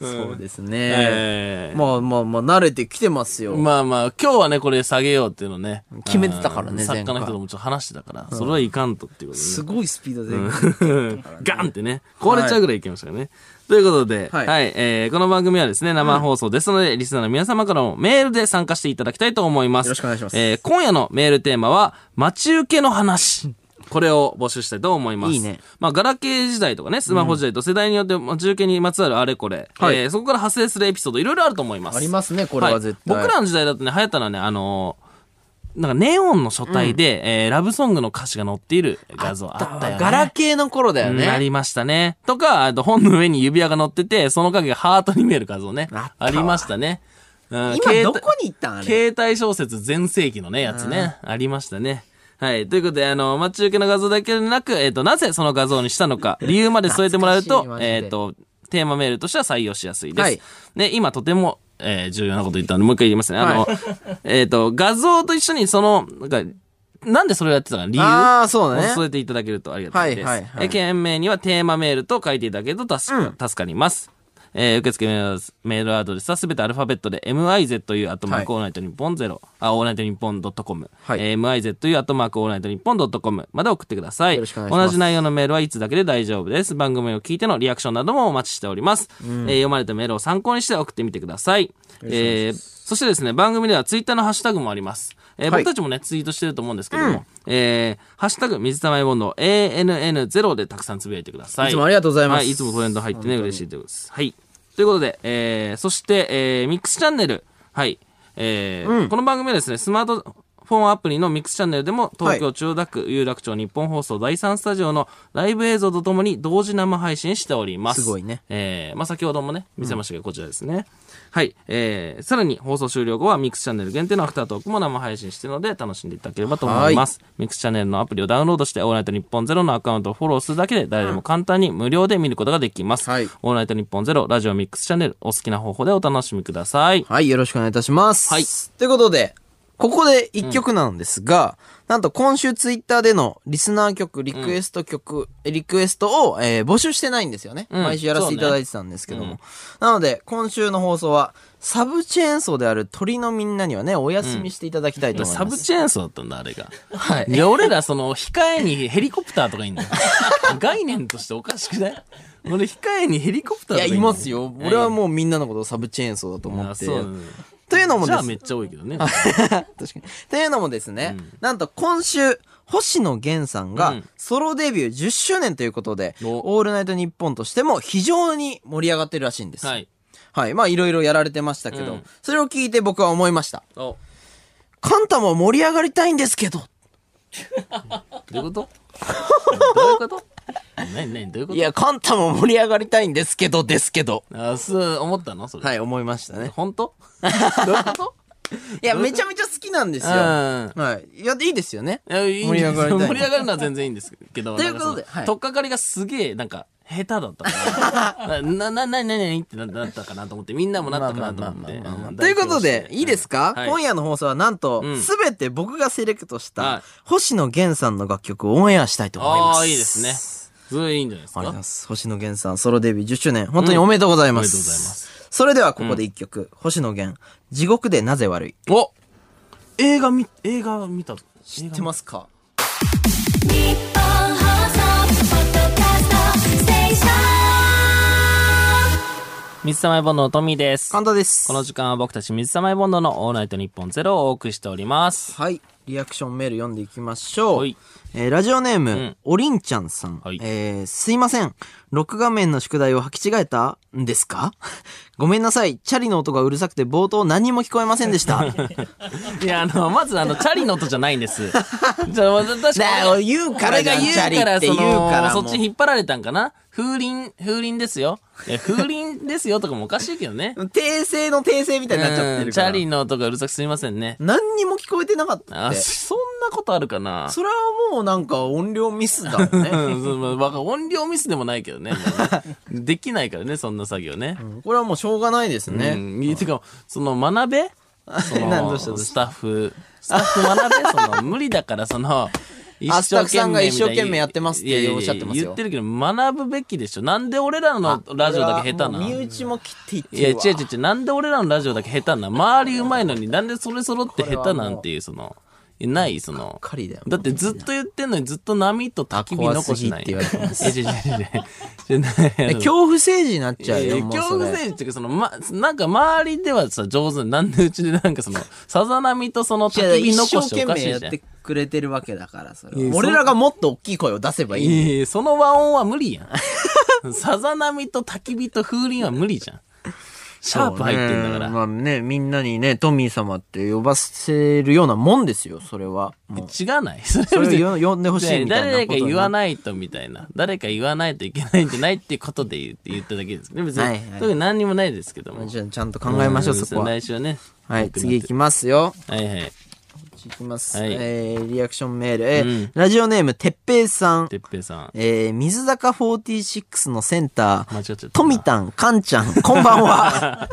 S2: そうですね。
S1: ええ
S2: まあまあまあ、慣れてきてますよ。
S1: まあまあ、今日はね、これ下げようっていうのね。
S2: 決めてたからね
S1: うん
S2: 前
S1: 作
S2: 回
S1: 家の人ともちょっと話してたから、それはいかんとっていうことですね。
S2: ごいスピードで。
S1: ガンってね、壊れちゃうぐらいいけましたからね。ということで、
S2: は
S1: はいい、えーこの番組はですね、生放送ですので、リスナーの皆様からもメールで参加していただきたいと思います。
S2: よろしくお願いします
S1: えー今夜のメールテーマは、待ち受けの話。これを募集したいと思います。
S2: いいね。
S1: まあ、ガラケー時代とかね、スマホ時代と世代によって待ち受けにまつわるあれこれ、
S2: はい
S1: えーそこから派生するエピソードいろいろあると思います。
S2: ありますね、これは絶対。
S1: い僕らの時代だとね、流行ったのはね、あのーなんかネオンの書体で、えーラブソングの歌詞が載っている画像あったよね。
S2: ガラケーの頃だよ
S1: な
S2: ね。
S1: りましたね。とか、あと本の上に指輪が乗ってて、その影がハートに見える画像ね。
S2: あっ
S1: あ
S2: たわ
S1: りましたね。うん
S2: 今ど
S1: 携
S2: こに行ったんあ
S1: 帯
S2: れ。
S1: 携帯小説全盛期のね、やつね。ありましたね。はい。ということで、あの、待ち受けの画像だけでなく、えっ、と、なぜその画像にしたのか、理由まで添えてもらうと
S2: 懐か、しいマジ
S1: え
S2: で
S1: っ、と、テーマメールとしては採用しやすいです。
S2: はい
S1: で、今とても、えー重要なこと言ったので、もう一回言いますね。あの、えっと、画像と一緒にその、なんか、なんでそれをやってたのか理由
S2: ああ、そうだね。
S1: 添えていただけるとありがたいです。
S2: は
S1: はいい
S2: はいはい
S1: 件名にはテーマメールと書いていただけると助か,、助かります。えー受付メールアドレスメールアドレスはすべてアルファベットで mizu アットマークオールナイトニッポンゼロ、あ、オールナイトニッポンドットコム、
S2: はい
S1: えー mizu アットマークオールナイトニッポンドットコムまで送ってください。
S2: よろしくお願いします
S1: 同じ内容のメールはいつだけで大丈夫です。番組を聞いてのリアクションなどもお待ちしております。えー読まれたメールを参考にして送ってみてください。えーそしてですね、番組ではツイッターのハッシュタグもあります。えー
S2: はい
S1: 僕たちもね、ツイートしてると思うんですけども、えーハッシュタグ、水溜りボンド ANN0 でたくさんつぶやいてください。
S2: いつもありがとうございます
S1: はい、いつもトレンド入ってね、嬉しいです。はい。ということで、えーそして、えーミックスチャンネル。はい。えーこの番組はですね、スマートフォンアプリのミックスチャンネルでも、東京千代田区有楽町日本放送第3スタジオのライブ映像とともに同時生配信しております。
S2: すごいね。
S1: えーまあ、先ほどもね、見せましたけど、こちらですね。はい。えーさらに放送終了後は、ミックスチャンネル限定のアフタートークも生配信しているので、楽しんでいただければと思います。ミックスチャンネルのアプリをダウンロードして、オールナイトニッポンゼロのアカウントをフォローするだけで、誰でも簡単に無料で見ることができます。
S2: はい
S1: オールナイトニッポンゼロ、ラジオミックスチャンネル、お好きな方法でお楽しみください。
S2: はい、よろしくお願いいたします。
S1: はい
S2: ということで、ここで一曲なんですが、なんと今週ツイッターでのリスナー曲、リクエスト曲、リクエストを、えー募集してないんですよね。
S1: うん
S2: 毎週やらせていただいてたんですけども。なので、今週の放送は、サブチェーン奏である鳥のみんなにはね、お休みしていただきたいと思います。
S1: サブチェーンソーだったんだ、あれが。
S2: はい
S1: いや、俺ら、その、控えにヘリコプターとかいん だよ。概念としておかしくない俺、控えにヘリコプター
S2: い
S1: と
S2: や、
S1: か
S2: います
S1: よ。
S2: よ。俺はもうみんなのことをサブチェーン奏だと思
S1: あ
S2: って。
S1: そうなんだ
S2: というのも
S1: じ
S2: で
S1: ゃあ
S2: す
S1: めっちゃ多いけどね。
S2: 確かに。というのもですね、なんと今週、星野源さ
S1: う
S2: んが
S1: ん
S2: ソロデビュー10周年ということで、
S1: お
S2: オールナイトニッポンとしても非常に盛り上がってるらしいんです。
S1: はい。
S2: はい。まあいろいろやられてましたけど、
S1: うん
S2: それを聞いて僕は思いました。
S1: お、ど
S2: カンタも盛り上がりたいんですけど。
S1: う いうことどういうこと何何どういうこ
S2: い
S1: と
S2: や、カンタも盛り上がりたいんですけど、ですけど。
S1: あ、そう思ったのそれ。
S2: はい、思いましたね。
S1: 本当
S2: どういうこといや、めちゃめちゃ好きなんですよ。
S1: うん
S2: はい。いや、いいですよね。
S1: いやいいん
S2: 盛り
S1: で
S2: 上
S1: す
S2: がりたい
S1: 盛り上がるのは全然いいんですけど。
S2: ということ
S1: な
S2: で
S1: んかその
S2: はい
S1: とっかかりがすげえ、なんか、下手だった から。な、な、な、な、な、にってななったかなと思って、みんなもなったかなと思って。
S2: まあまあまあまあまあ
S1: ん
S2: ということで、いいですか、
S1: はい
S2: 今夜の放送はなんと
S1: うん、
S2: すべ、て僕がセレクトし
S1: はい
S2: た、星野源さんの楽曲をオンエアしたいと思います。
S1: ああ、いいですね。それいいんじゃないですか。
S2: ありがとうございます。星野源さん、ソロデビュー10周年、本当におめでとうございます。
S1: うんおめでとうございま
S2: それではここで一曲、星野源、地獄でなぜ悪い。
S1: お映画見、映画見た。知
S2: 知ってますか
S3: 日本放送ポッドキャストステーション
S1: 水溜りボンドのトミーです。
S2: 神田です。
S1: この時間は僕たち水溜りボンドのオールナイトニッポンゼロをお送りしております。
S2: はい。リアクションメール読んでいきましょ
S1: は
S2: う
S1: い。
S2: えーラジオネーム、
S1: ん
S2: おりんちゃんさん。
S1: はい
S2: えーすいません。録画面の宿題を履き違えたんですか ごめんなさい。チャリの音がうるさくて冒頭何も聞こえません でした。ね
S1: いや、あの、まずあの、チャリの音じゃないん です。じゃあ、確かに。
S2: え言うから
S1: 俺
S2: じ
S1: が
S2: ゃん、
S1: 言
S2: チャ
S1: う
S2: リっ
S1: から、
S2: て言
S1: そう
S2: から。
S1: の、
S2: も
S1: そうっち引っ張られたんかな風鈴、風鈴ですよ。いや風鈴ですよとかもおかしいけど ね。
S2: 訂正の訂正みたいになっちゃって
S1: うん
S2: る
S1: チ
S2: から。
S1: ャリの音がうるさくすみませんね。
S2: 何にも聞こえてなかったっ
S1: あ、
S2: て。
S1: そんなことあるかな
S2: それはもうなんか音量ミスだよ
S1: う
S2: ね。
S1: ん、そうまあわか音量ミスでもないけどね。もう ねできないからね、そんな作業ね。
S2: これはもうしょうがないです
S1: ね。
S2: ね。
S1: いやてか、その、学べそ
S2: 何どうしたど
S1: の、
S2: うした
S1: スタッフ、スタッフ学 べその、無理だから、その、一
S2: あスタッフさんが
S1: みたいに
S2: 一生懸命やってますって
S1: いやいやいや
S2: おっしゃってますよ
S1: 言ってるけど、学ぶべきでしょ。なんで俺らのラジオだけ下手な
S2: もう身内も切っていって
S1: いや、違う
S2: るわ
S1: 違う違う。なんで俺らのラジオだけ下手な周り上手いのに、なんでそれ揃って下手なんていう、その、いやない、その。
S2: かりだよ
S1: だってずっと言ってんのにずっと波と焚き火残しない。
S2: あ怖すぎって言われ
S1: ま
S2: て
S1: す。違う違う違う違う。
S2: え恐怖政治になっちゃうよ。もう
S1: 恐
S2: そ
S1: 怖
S2: れ
S1: 政治っていうか、その、ま、なんか周りではさ、上手に、なんでうちでなんかその、さざ波とその焚き
S2: い
S1: 火
S2: や
S1: 残
S2: 一生
S1: し
S2: 懸
S1: おか
S2: 命
S1: し
S2: や
S1: い
S2: っ
S1: じゃん。
S2: てくれてるわけだから、それ
S1: いや
S2: は。
S1: そ
S2: 俺らがもっと大きい声を出せばいいのに。
S1: いやいやその和音は無理やん。 さざ波と焚き火と風鈴は無理じゃん。シャープ入ってんだから。
S2: そうねまあね、みんなにね、トミー様って呼ばせるようなもんですよ、それは。もう
S1: 違わないそれ
S2: それをよ呼んでほしいみたいな
S1: 誰
S2: こと
S1: か
S2: に
S1: 言わないとみたいな。誰か言わないといけないんじゃないっていうことで言って言っただけです。で別に、
S2: はいはい
S1: 特に何にもないですけども。
S2: じゃあちゃんと考えましょう、
S1: ん
S2: そこは。
S1: 来週はね。
S2: はい、次
S1: 行
S2: いきますよ。
S1: はいはい。
S2: いきます。
S1: はい
S2: えー、リアクションメール。えー
S1: うん
S2: ラジオネーム、てっぺいさん。
S1: てっぺいさん。
S2: えー、水坂46のセンタ
S1: 間違っちゃ
S2: ー
S1: った、な
S2: とみたん、かんちゃん、こんばんは。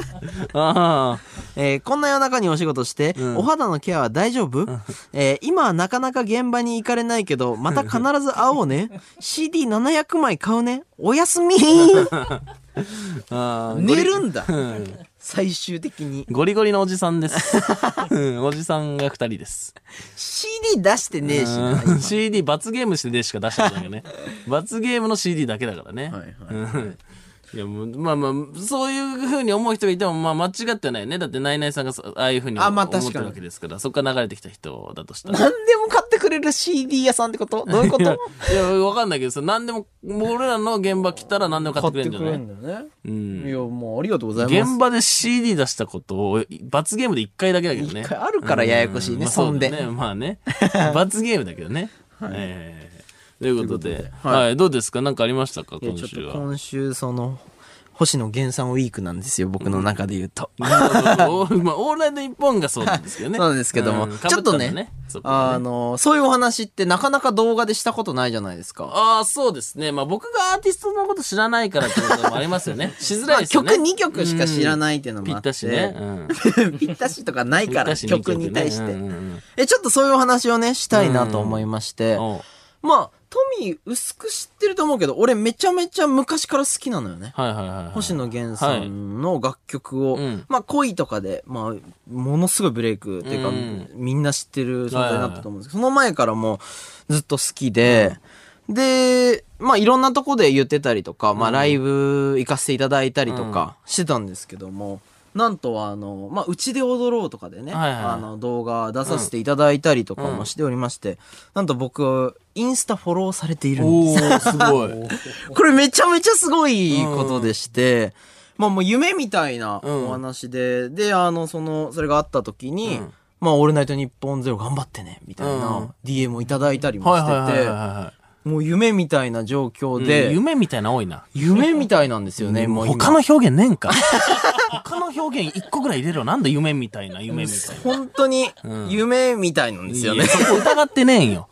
S1: あ
S2: えーこんな夜中にお仕事して、お肌のケアは大丈夫、えー今はなかなか現場に行かれないけど、また必ず会おうね。CD700 枚買うね。おやすみ
S1: ーあー。
S2: 寝るんだ。最終的に。
S1: ゴリゴリのおじさんです。うんおじさんが二人です。
S2: CD 出してねえしな。
S1: うん CD 罰ゲームしてでしか出してないからね。罰ゲームの CD だけだからね。
S2: はいはい
S1: うんいやもうまあまあ、そういうふうに思う人がいても、まあ間違ってはないよね。だって、ナイナイさんがそああいうふうに
S2: あまあ
S1: 思って
S2: 確
S1: る
S2: かに
S1: わけですから、そこから流れてきた人だとしたら。
S2: 何でも買ってくれる CD 屋さんってことどういうこ
S1: い や
S2: と、
S1: いやわかんないけどさ、何でも、もう俺らの現場来たら何でも買ってくれるんじゃない
S2: んだよね。
S1: うん
S2: いや、もうありがとうございます。
S1: 現場で CD 出したことを、罰ゲームで一回だけだけどね。
S2: 一回あるからややこしい
S1: う
S2: ね
S1: まあ
S2: そんで
S1: そうだね、まあ ね。罰ゲームだけどね。はい。ということで、
S2: とではい
S1: はい、どうですか何かありましたか
S2: いや
S1: 今
S2: ちょっ
S1: 週
S2: と
S1: は。
S2: 今週、その、星野源さんウィークなんですよ、僕の中で言うと。
S1: オールまあ、オールナイト日本がそうなんですけどね。
S2: そうなんですけども
S1: うん
S2: ちょっと
S1: 被
S2: ね
S1: たんだそこは
S2: あ
S1: ね
S2: の、そういうお話ってなかなか動画でしたことないじゃないですか。
S1: あー、そうですね。まあ僕がアーティストのこと知らないからってこともありますよ ね。しづらいですよね。
S2: まあ曲2曲しか知ら
S1: い。
S2: ないっていうのも
S1: ぴ
S2: あ
S1: っ
S2: って。
S1: たしね。うん。
S2: ぴったしとかないから、
S1: ぴったし二
S2: 曲に対して、
S1: うんうんうん
S2: え、ちょっとそういうお話をね、したいなと思いまして。
S1: おう
S2: まあ、トミー薄く知ってると思うけど、俺めちゃめちゃ昔から好きなのよね。
S1: はいはいはいはい。
S2: 星野源さんの楽曲を、
S1: はいうん
S2: まあ恋とかで、まあ、ものすごいブレイクっていうか、
S1: うん
S2: みんな知ってる存在だったと思うんですけど、その前からもうずっと好きで、で、まあいろんなとこで言ってたりとか、まあライブ行かせていただいたりとかしてたんですけども、なんとあの、まあ、うちで踊ろうとかでね、
S1: はいはい
S2: あの動画出させていただいたりとかもしておりまして、なんと僕、インスタフォローされているんです
S1: おー、すご い。
S2: これめちゃめちゃすごいことでして、まあもう夢みたいな
S1: うん
S2: お話で、で、あの、その、それがあった時に、
S1: うん
S2: まあ、オールナイトニッポンゼロ頑張ってね、みたい
S1: うん
S2: な DM をいただいたりも
S1: はい
S2: し
S1: はいはいはい
S2: てて、
S1: は
S2: もう夢みたいな状況で、
S1: うん夢みたいな多いな。
S2: 夢みたいなんですよね、もう今
S1: 他の表現ねんか。 他の表現一個ぐらい入れろ。なんで夢みたいな、夢みたいな。
S2: 本当に
S1: ん
S2: 夢みたいなんですよ
S1: いや
S2: ね。
S1: そこ疑ってねえんよ。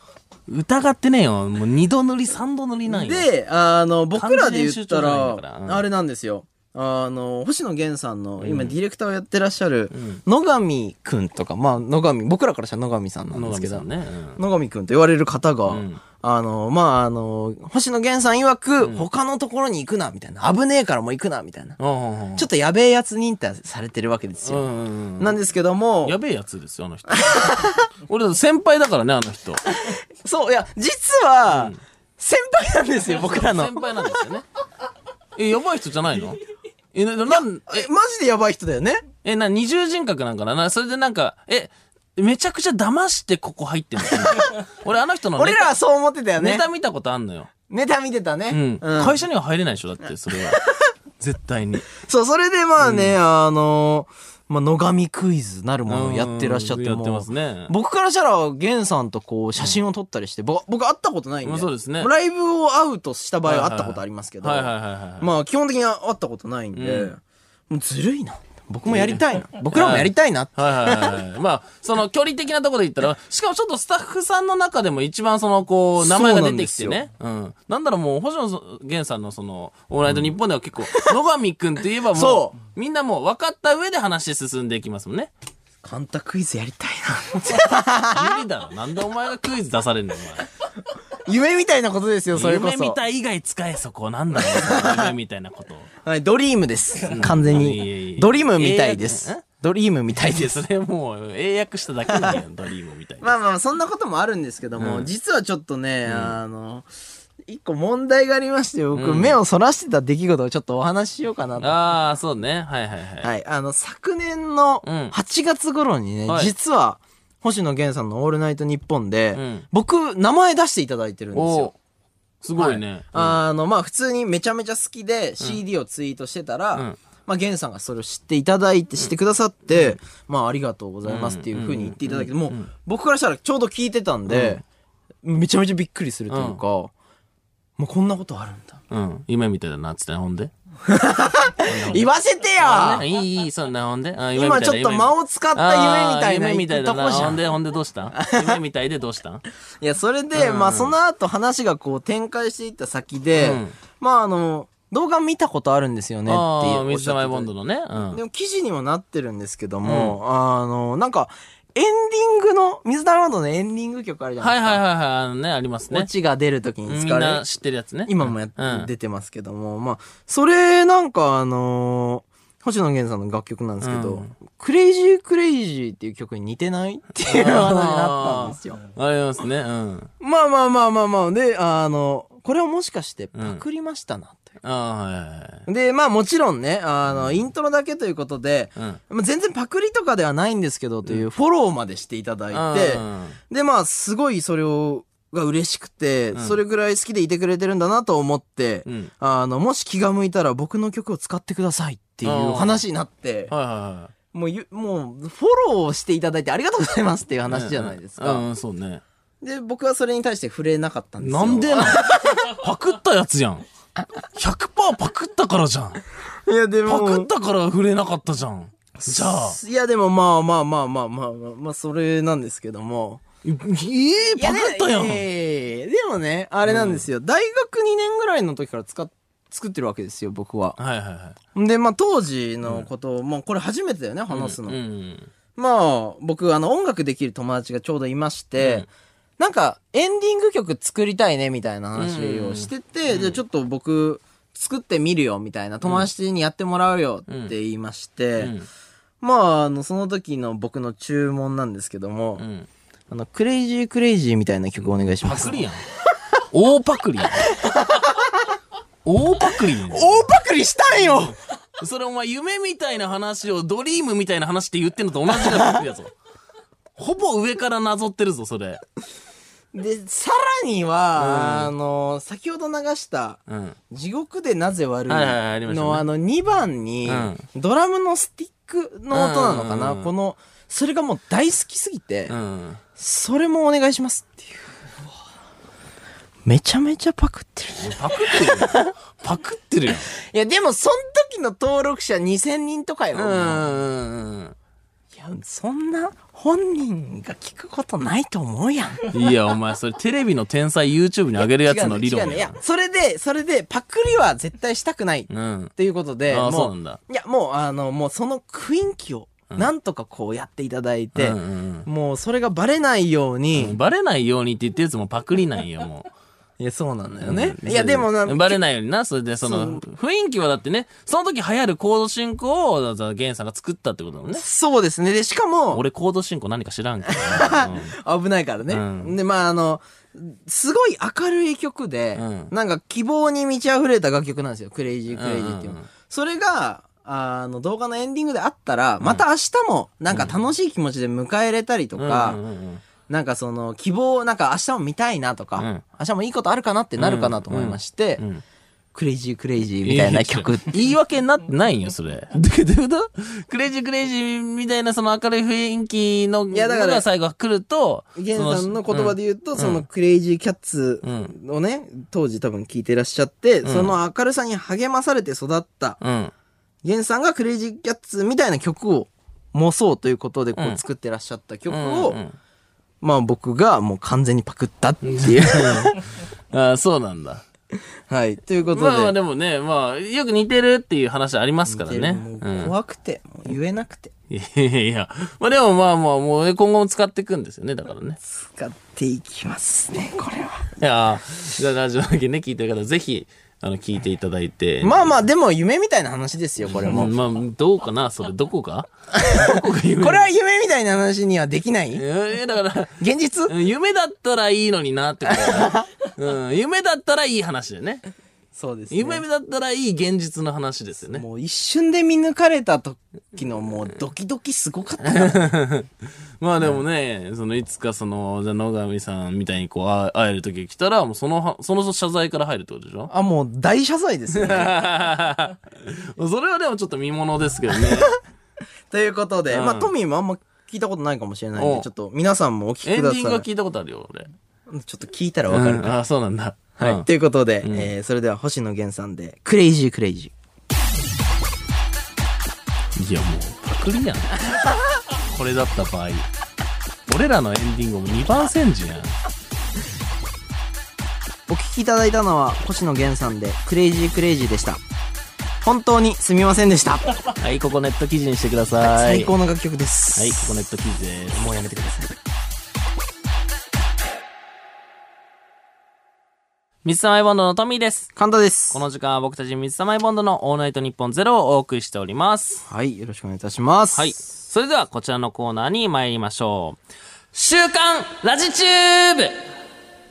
S1: 疑ってねえよ。もう二度塗り、三度塗りなんよ。
S2: で、あの、僕らで言っ
S1: 完全練
S2: た、
S1: 習帳じゃないんだかららうん
S2: あれなんですよ。あの、星野源さんの、今ディレクターをやってらっしゃる、野上くんとか、まあ、野上、僕らからしたら野上さんなん
S1: 野
S2: です
S1: 上
S2: けど、
S1: さんね。
S2: 野上くんと言われる方が、
S1: うん
S2: あの、まあ、あの、星野源さん曰く、他のところに行くな、みたいな。危ねえからもう行くな、みたいな。
S1: うん。
S2: ちょっとやべえやつ認定されてるわけです
S1: う
S2: よ。
S1: んうんうん。
S2: なんですけども、
S1: やべえやつですよ、あの人。 俺、先輩だからね、あの人。
S2: そう、いや、実は、先輩なんですよ、僕らの。
S1: 先輩なんですよね。え、やばい人じゃないのえ、な、なん、
S2: え、マジでやばい人だよね
S1: え、な、二重人格なんかなな、それでなんか、え、めちゃくちゃ騙してここ入ってんの 俺、あの人のネ
S2: 俺ら
S1: タ、
S2: はそう思ってたよね。
S1: ネタ見たことあんのよ。
S2: ネタ見てたね。
S1: うん。
S2: うん
S1: 会社には入れないでしょ、だって、それは。絶対に。
S2: そう、それでまあね、あの、まあ、野上クイズなるものをやってらっしゃって
S1: うんやって
S2: も
S1: ま
S2: う
S1: すね。
S2: 僕からしたら、ゲンさんとこう、写真を撮ったりして、ぼ僕、会ったことないん
S1: まあ
S2: で。
S1: そうですね
S2: ライブを会うとした場合は会ったことありますけど。
S1: はいはいはいはい。
S2: まあ、基本的には会ったことないんで、
S1: うん
S2: もうずるいな。僕もやりたいな。 僕らもやりたいな。
S1: はいはいはいはい。まあ、その距離的なところで言った ら、しかもちょっとスタッフさんの中でも一番その、こう、名前が出てきてね。うん。なんだろう、もう、星野源さんのその、オールナイト日本では結構、野上くんといえばも、
S2: そう
S1: みんなもう分かった上で話進んでいきますもん ね。
S2: カンタクイズやりたい
S1: 無理だろ。なんでお前がクイズ出されんの、お
S2: な。夢みたいなことですよ、そ
S1: 前。
S2: れこ
S1: 夢み
S2: そ。
S1: たい以外使え、そこ。なんだろうその、夢みたいなことを。
S2: はい、ドリームです。完全
S1: いえいえいえ
S2: に。ドリームみたいです
S1: えー。
S2: ドリームみたい
S1: い
S2: で
S1: や、
S2: す。
S1: それもう、英訳しただけなんやん、ドリームみたいな。
S2: まあまあ、そんなこともあるんですけども、実はちょっとね、あの、一個問題がありまして、僕、目をそらしてた出来事をちょっとお話ししようかなと。
S1: ああ、そうね。はいはいはい。
S2: はい、あの、昨年の
S1: うん
S2: 8月頃にね、
S1: はい
S2: 実は、星野源さんのオールナイトニッポンで、
S1: うん
S2: 僕、名前出していただいてるんですよ
S1: お。すごいね。
S2: あの、まあ、普通にめちゃめちゃ好きで CD をツイートしてたら、
S1: ん
S2: まあ、源さんがそれを知っていただいて、してくださって、まあ、ありがとうございますっていうふうに言っていただけて、もう、僕からしたらちょうど聞いてたんで、めちゃめちゃびっくりするというか、もうこんなことあるんだ。
S1: うん。夢みたいだな、つって、ほんで。
S2: 言わせて
S1: あ
S2: よ
S1: いい、いい、そうな、ほんで。あ
S2: 今ちょっと間を使った夢みたいな
S1: 夢みたいだ
S2: 言った
S1: な。
S2: とこじゃ
S1: ほ
S2: ん
S1: んで、ほんでどう したん夢みたいでどうしたん
S2: いや、それで、まあ、その後話がこう展開していった先で、
S1: うん
S2: まあ、あの、動画見たことあるんですよねって
S1: ああ、
S2: いう。
S1: 水溜りボンドのね。うん
S2: で。も記事にもなってるんですけども、あの、なんか、エンディングの、水溜りボンドのエンディング曲あるじゃな
S1: は
S2: いで
S1: い
S2: すか。
S1: はいはいはい、あのね、あります
S2: オ
S1: ね。
S2: チが出るときに
S1: み
S2: 使
S1: ん
S2: われ
S1: な
S2: る。
S1: 知ってるやつね。
S2: 今もやっ、
S1: うん
S2: 出てますけども、まあ、それなんかあのー星野源さんの楽曲なんですけど、
S1: うん
S2: クレイジークレイジーっていう曲に似てないっていう話になったんですよ。
S1: ありますね。うん。
S2: まあまあまあまあまあ、で、あの、これはもしかしてパクりましたな、という。
S1: ああ、はいはいはい。
S2: で、まあもちろんね、あの、イントロだけということで、
S1: うん
S2: まあ、全然パクリとかではないんですけど、というフォローまでしていただいて、
S1: うん
S2: で、まあすごいそれを、が嬉しくて、
S1: ん
S2: それぐらい好きでいてくれてるんだなと思って、
S1: うん
S2: あの、もし気が向いたら僕の曲を使ってくださいっていう話になって、
S1: はいはいはい。
S2: もうゆ、もう、フォローしていただいてありがとうございますっていう話じゃないですか。
S1: うんうん、そうね。
S2: で、僕はそれに対して触れなかったんですよ。
S1: なんでなん パクったやつじゃ ん。100%パクったからじゃん。
S2: いや、でも。
S1: パクったから触れなかったじゃん。じゃあ。
S2: いや、でもまあまあまあまあまあまあ、まあ、それなんですけども。
S1: ええパクったやん。
S2: ええでもね、あれなんですよ。大学2年ぐらいの時から使っ、作ってるわけですよ、僕は。
S1: はいはいはい。
S2: で、まあ当時のことを、まあこれ初めてだよね、話すの。
S1: うん。
S2: まあ、僕、あの、音楽できる友達がちょうどいまして、
S1: うん
S2: なんか、エンディング曲作りたいね、みたいな話をしてて、じゃあちょっと僕、作ってみるよ、みたいな、友達にやってもらうよって言いまして、
S1: うん
S2: まあ、あの、その時の僕の注文なんですけども、
S1: うん。
S2: あの、クレイジークレイジーみたいな曲お願いしま
S1: パ
S2: す。
S1: クリやん。大パクリやん。大パクリやん。
S2: 大パクリしたんよ
S1: それお前夢みたいな話をドリームみたいな話って言ってんのと同じだパクリやぞ。ほぼ上からなぞってるぞ、それ。
S2: で、さらには、あの、先ほど流した、
S1: うん。
S2: 地獄でなぜ悪い
S1: はいはいはいありましたね
S2: の、あの、2番に
S1: うん、
S2: ドラムのスティックの音な
S1: う
S2: のか
S1: んうんう
S2: な、
S1: ん
S2: この、それがもう大好きすぎて
S1: う、ん。
S2: それもお願いしますっていう。めちゃめちゃパクってる。
S1: パクってるよ。パクってるよ。
S2: いや、でも、その時の登録者2000人とかよ。
S1: うんうんうん
S2: いや、そんな、本人が聞くことないと思うやん。
S1: うん。いや、お前、それテレビの天才 YouTube に上げるやつの理論
S2: 違うね違うねい
S1: や
S2: や。、それで、それで、パクリは絶対したくない。っ
S1: うん。
S2: ていうことで、
S1: あ
S2: も
S1: あ、そうなんだ。
S2: いや、もう、あの、もうその雰囲気を、なんとかこうやっていただいて、
S1: うんうん
S2: もうそれがバレないよう
S1: う
S2: に
S1: ん、、バレないようにって言ってるやつもパクリなんよ、もう。
S2: いや、そうなんだ
S1: う
S2: よ
S1: ん
S2: ね。いや、でもな、
S1: バレないようにな、それで、その、雰囲気はだってね、その時流行るコード進行を、だからゲンさんが作ったってことだもんね。
S2: そうですね。で、しかも、
S1: 俺コード進行何か知らん けどな。うん
S2: 危ないからね。
S1: うん
S2: で、まあ、あの、すごい明るい曲で、
S1: うん
S2: なんか希望に満ち溢れた楽曲なんですよ。クレイジークレイジーってい
S1: うんう
S2: うの。
S1: んうん
S2: それが、あの、動画のエンディングであったら、また明日も、なんか楽しい気持ちで迎えれたりとか、
S1: うんうんうん
S2: なんかその、希望、なんか明日も見たいなとか、
S1: うん
S2: 明日もいいことあるかなってなるかなと思いまして、
S1: うんうん
S2: クレイジークレイジーみたいな曲。
S1: 言い訳になってないんよ、それ。どういうことクレイジークレイジーみたいなその明るい雰囲気の、
S2: いやだから
S1: のが最後来ると、
S2: ゲンさんの言葉で
S1: う
S2: 言うと、そのクレイジーキャッツをね、当時多分聞いてらっしゃって、その明るさに励まされて育った、
S1: ん。うん。
S2: ゲンさんがクレイジーキャッツみたいな曲を模そうということでこ
S1: う
S2: うん作ってらっしゃった曲
S1: うん
S2: を、
S1: うん
S2: まあ僕がもう完全にパクったっ ていう。
S1: ああ、そうなんだ。
S2: はい。ということで。
S1: まあまあでもね、まあ、よく似てるっていう話ありますからね。
S2: もう
S1: うん
S2: 怖くて、もう言えなくて、
S1: いやいや、まあでもまあまあ、もう今後も使っていくんですよね、だから ね。
S2: 使っていきますね、これは。
S1: いやーじゃあラジオだけね、聞いてる方、ぜひ、あの、聞いていただいて。
S2: まあまあ、でも夢みたいな話ですよ、これ
S1: う
S2: も。
S1: んまあ、どうかなそれ、どこ がどこが夢
S2: これは夢みたいな話にはできない
S1: えーだから、
S2: 現実
S1: うん夢だったらいいのになってことだなうん、夢だったらいい話だよね。
S2: そうです
S1: 夢だったらいい現実の話ですよね。
S2: もう一瞬で見抜かれた時のもうドキドキすごかった から
S1: まあでもね、そのいつかその、じゃあ野上さんみたいにこうあ会える時が来たら、もうそのは、その謝罪から入るってことでしょ
S2: あ、もう大謝罪ですよ、
S1: そ
S2: ね。
S1: れはでもちょっと見ものです けどね。
S2: ということで、
S1: うん
S2: まあトミーもあんま聞いたことないかもしれないん
S1: お
S2: で、ちょっと皆さんもお聞き
S1: エン
S2: く
S1: デ
S2: だ
S1: ィングは
S2: さ
S1: 聞いたことあるよ、俺。
S2: い。ちょっと聞いたらわかる
S1: うんあそうなんだ。
S2: はい。
S1: うん
S2: ということで、えーそれでは星野源さんで、クレイジークレイジー。
S1: いやもうパク リやんこれだった場合俺らのエンディングも2番煎じやん
S2: お聞きいただいたのは星野源さんで、クレイジークレイジーでした。本当にすみませんでした。
S1: はいここネット記事にしてください
S2: 最高の楽曲です。
S1: はいここネット記事ですもうやめてくださいミスサマイボンドのトミーです
S2: 神田です。
S1: この時間は僕たちミスサマイボンドのオールナイトニッポンゼロをお送りしております
S2: はい、よろしくお願いいたします。
S1: はい。それではこちらのコーナーに参りましょう。週刊ラジチューブ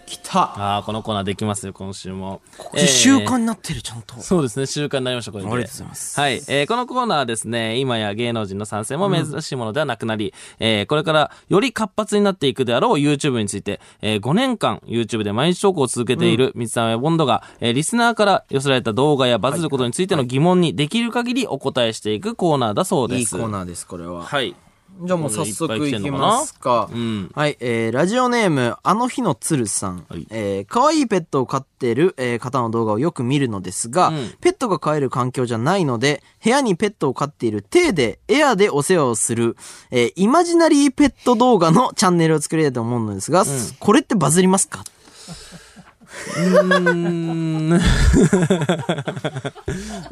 S2: 来た。
S1: ああ、このコーナーできますよ、今週も。
S2: これ習慣になってる、ちゃんと。
S1: そうですね、習慣になりました、これで。
S2: ありがとうございます
S1: はい。えーこのコーナーはですね、今や芸能人の参戦も珍しいものではなくなり、えーこれからより活発になっていくであろう YouTube について、えー5年間 YouTube で毎日投稿を続けている三つやボンドが、えーリスナーから寄せられた動画やバズることについての疑問にできる限りお答えしていくコーナーだそうです。
S2: いいコーナーです、これは。
S1: はい。
S2: じゃあもう早速いきますか。
S1: うん
S2: はい、えー、ラジオネーム、あの日のつるさん。
S1: はい
S2: えー、可愛いペットを飼ってる、えー方の動画をよく見るのですが、
S1: ん
S2: ペットが飼える環境じゃないので、部屋にペットを飼っている手で、エアでお世話をする、えー、イマジナリーペット動画のチャンネルを作りたいと思うのですが、これってバズりますかうー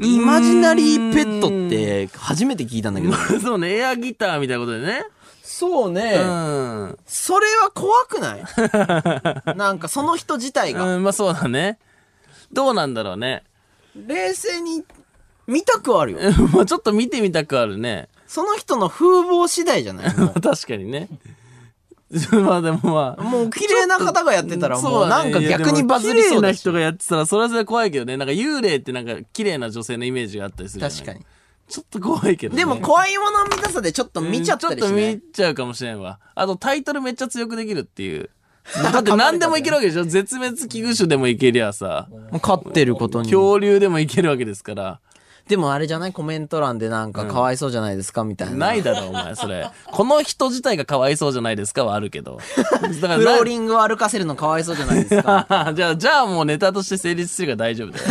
S2: ん。イマジナリーペットって初めて聞いたんだけど。
S1: そうね、エアギターみたいなことでね。
S2: そうね。
S1: うん。
S2: それは怖く ないなんかその人自体が、
S1: うん、まあそうだね。どうなんだろうね。
S2: 冷静に見たくはあるよ。
S1: まあちょっと見てみたくあるね。
S2: その人の風貌次第じゃない
S1: ま
S2: も
S1: あ 確かにね。まあでもま
S2: う
S1: あ。
S2: もう綺麗な方がやってたら
S1: そ
S2: もうなんか逆にバズり
S1: いやでも綺麗
S2: そう
S1: な
S2: だし。
S1: 人がやってたら、それはそれで怖いけどね。なんか幽霊ってなんか綺麗な女性のイメージがあったりするじゃない
S2: 確かに。。
S1: ちょっと怖いけどね。
S2: でも怖いもの見たさでちょっと見ちゃったりし
S1: うんち
S2: な
S1: ょっ
S2: い
S1: と見ちゃうかもしれんわ。あとタイトルめっちゃ強くできるって いう。だって何でもいけるわけでしょ絶滅危惧種でもいけりゃさ。
S2: もう飼ってることに。
S1: 恐竜でもいけるわけですから。
S2: でもあれじゃないコメント欄でなんかかわいそうじゃないですかみたいな。
S1: ないだろ、お前、それ。この人自体がかわいそうじゃないですかはあるけ ど。だから
S2: フロ
S1: な
S2: ーリングを歩かせるのかわいそうじゃないで すか。
S1: じゃあ、じゃあもうネタとして成立するから大丈 夫だよ。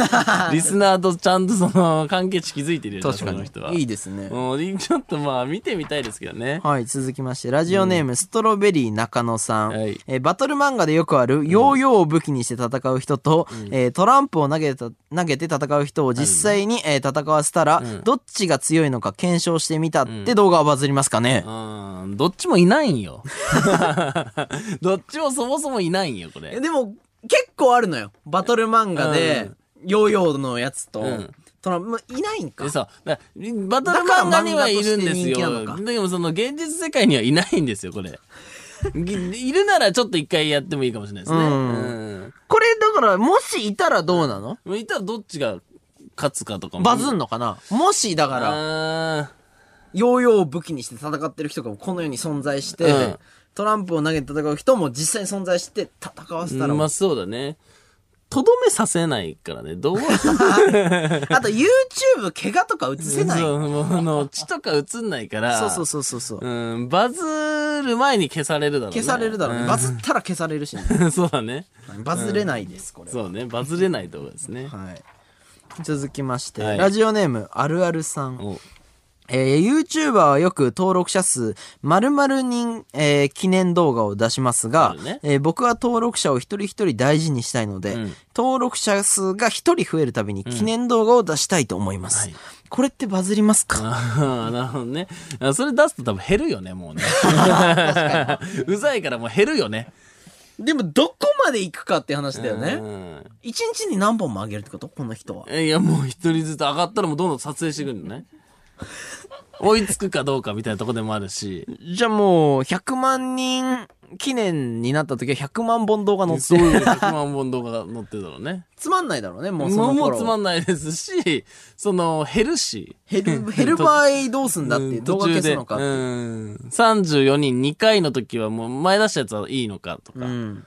S1: リスナーとちゃんとその関係値築いてるよな、その人は。
S2: いいですね。
S1: うんちょっとまあ見てみたいですけどね。
S2: はい、続きまして、ラジオネーム、ストロベリー中野さん、
S1: はい
S2: えーバトル漫画でよくある、ヨーヨーを武器にして戦う人と、えートランプを投げた投げて戦う人を実際に、えー戦わせたら、どっちが強いのか検証してみたって動画はバズりますかね、
S1: うん、どっちもいないんよ。 どっちもそもそもいないんよ、これ。
S2: でも、結構あるのよ。バトル漫画で、ヨーヨーのやつと、
S1: ん
S2: トランプ、いないんか
S1: で。さ、だバトル漫画にはいるんです
S2: だから漫画として人気
S1: よ。
S2: なのか
S1: でもその現実世界にはいないんですよ、これ。 ぎいるならちょっと一回やってもいいかもしれないですね。
S2: うん
S1: うん
S2: これ、だから、もしいたらどうなの
S1: もういたらどっちが勝つかとかも。
S2: バズんのかなもし、だから、
S1: あ
S2: ヨーヨーを武器にして戦ってる人がこの世に存在して、
S1: うん
S2: トランプを投げて戦う人も実際に存在して戦わせた
S1: ー
S2: ら、
S1: うんまあそうだね。とどめさせないからね、どう
S2: あと YouTube 怪我とか映せない。
S1: そうもうあの、血とか映んないから。
S2: そうそうそうそうそう。
S1: うん、バズる前に消されるだろうね。
S2: 消されるだろうね。バズったら消されるしね、
S1: うん そうだね。
S2: バズれないです、これは。
S1: そうね、バズれない動画ですね。
S2: はい。続きまして、
S1: はい
S2: ラジオネーム、あるあるさん。
S1: お
S2: えー、YouTuber はよく登録者数〇〇人、えー記念動画を出しますが、
S1: そうね
S2: えー僕は登録者を一人一人大事にしたいので、
S1: ん
S2: 登録者数が一人増えるたびに記念動画を出したいと思います。
S1: はい
S2: これってバズりますか
S1: あーなるほどね。あそれ出すと多分減るよね、もうね。うざいからもう減るよね。
S2: でもどこまで行くかって話だよ
S1: う。ん
S2: 一日に何本も上げるってことこの人は。
S1: いや、もう一人ずつ上がったらもうどんどん撮影してくるのね。追いつくかどうかみたいなとこでもあるし。
S2: じゃあもう100万人記念になった時は100万本動画載って
S1: そう
S2: る。
S1: いう100万本動画が載ってるだろうね。
S2: つまんないだろうね、もうそ
S1: も
S2: の
S1: うも
S2: 頃
S1: うつまんないですし、その、減るし。
S2: 減る、減る場合どうすんだっていう、
S1: うん
S2: 動画消すのかっ
S1: 途
S2: て
S1: 中
S2: い
S1: で
S2: う。
S1: うん。34人2回の時はもう前出したやつはいいのかとか。
S2: うん。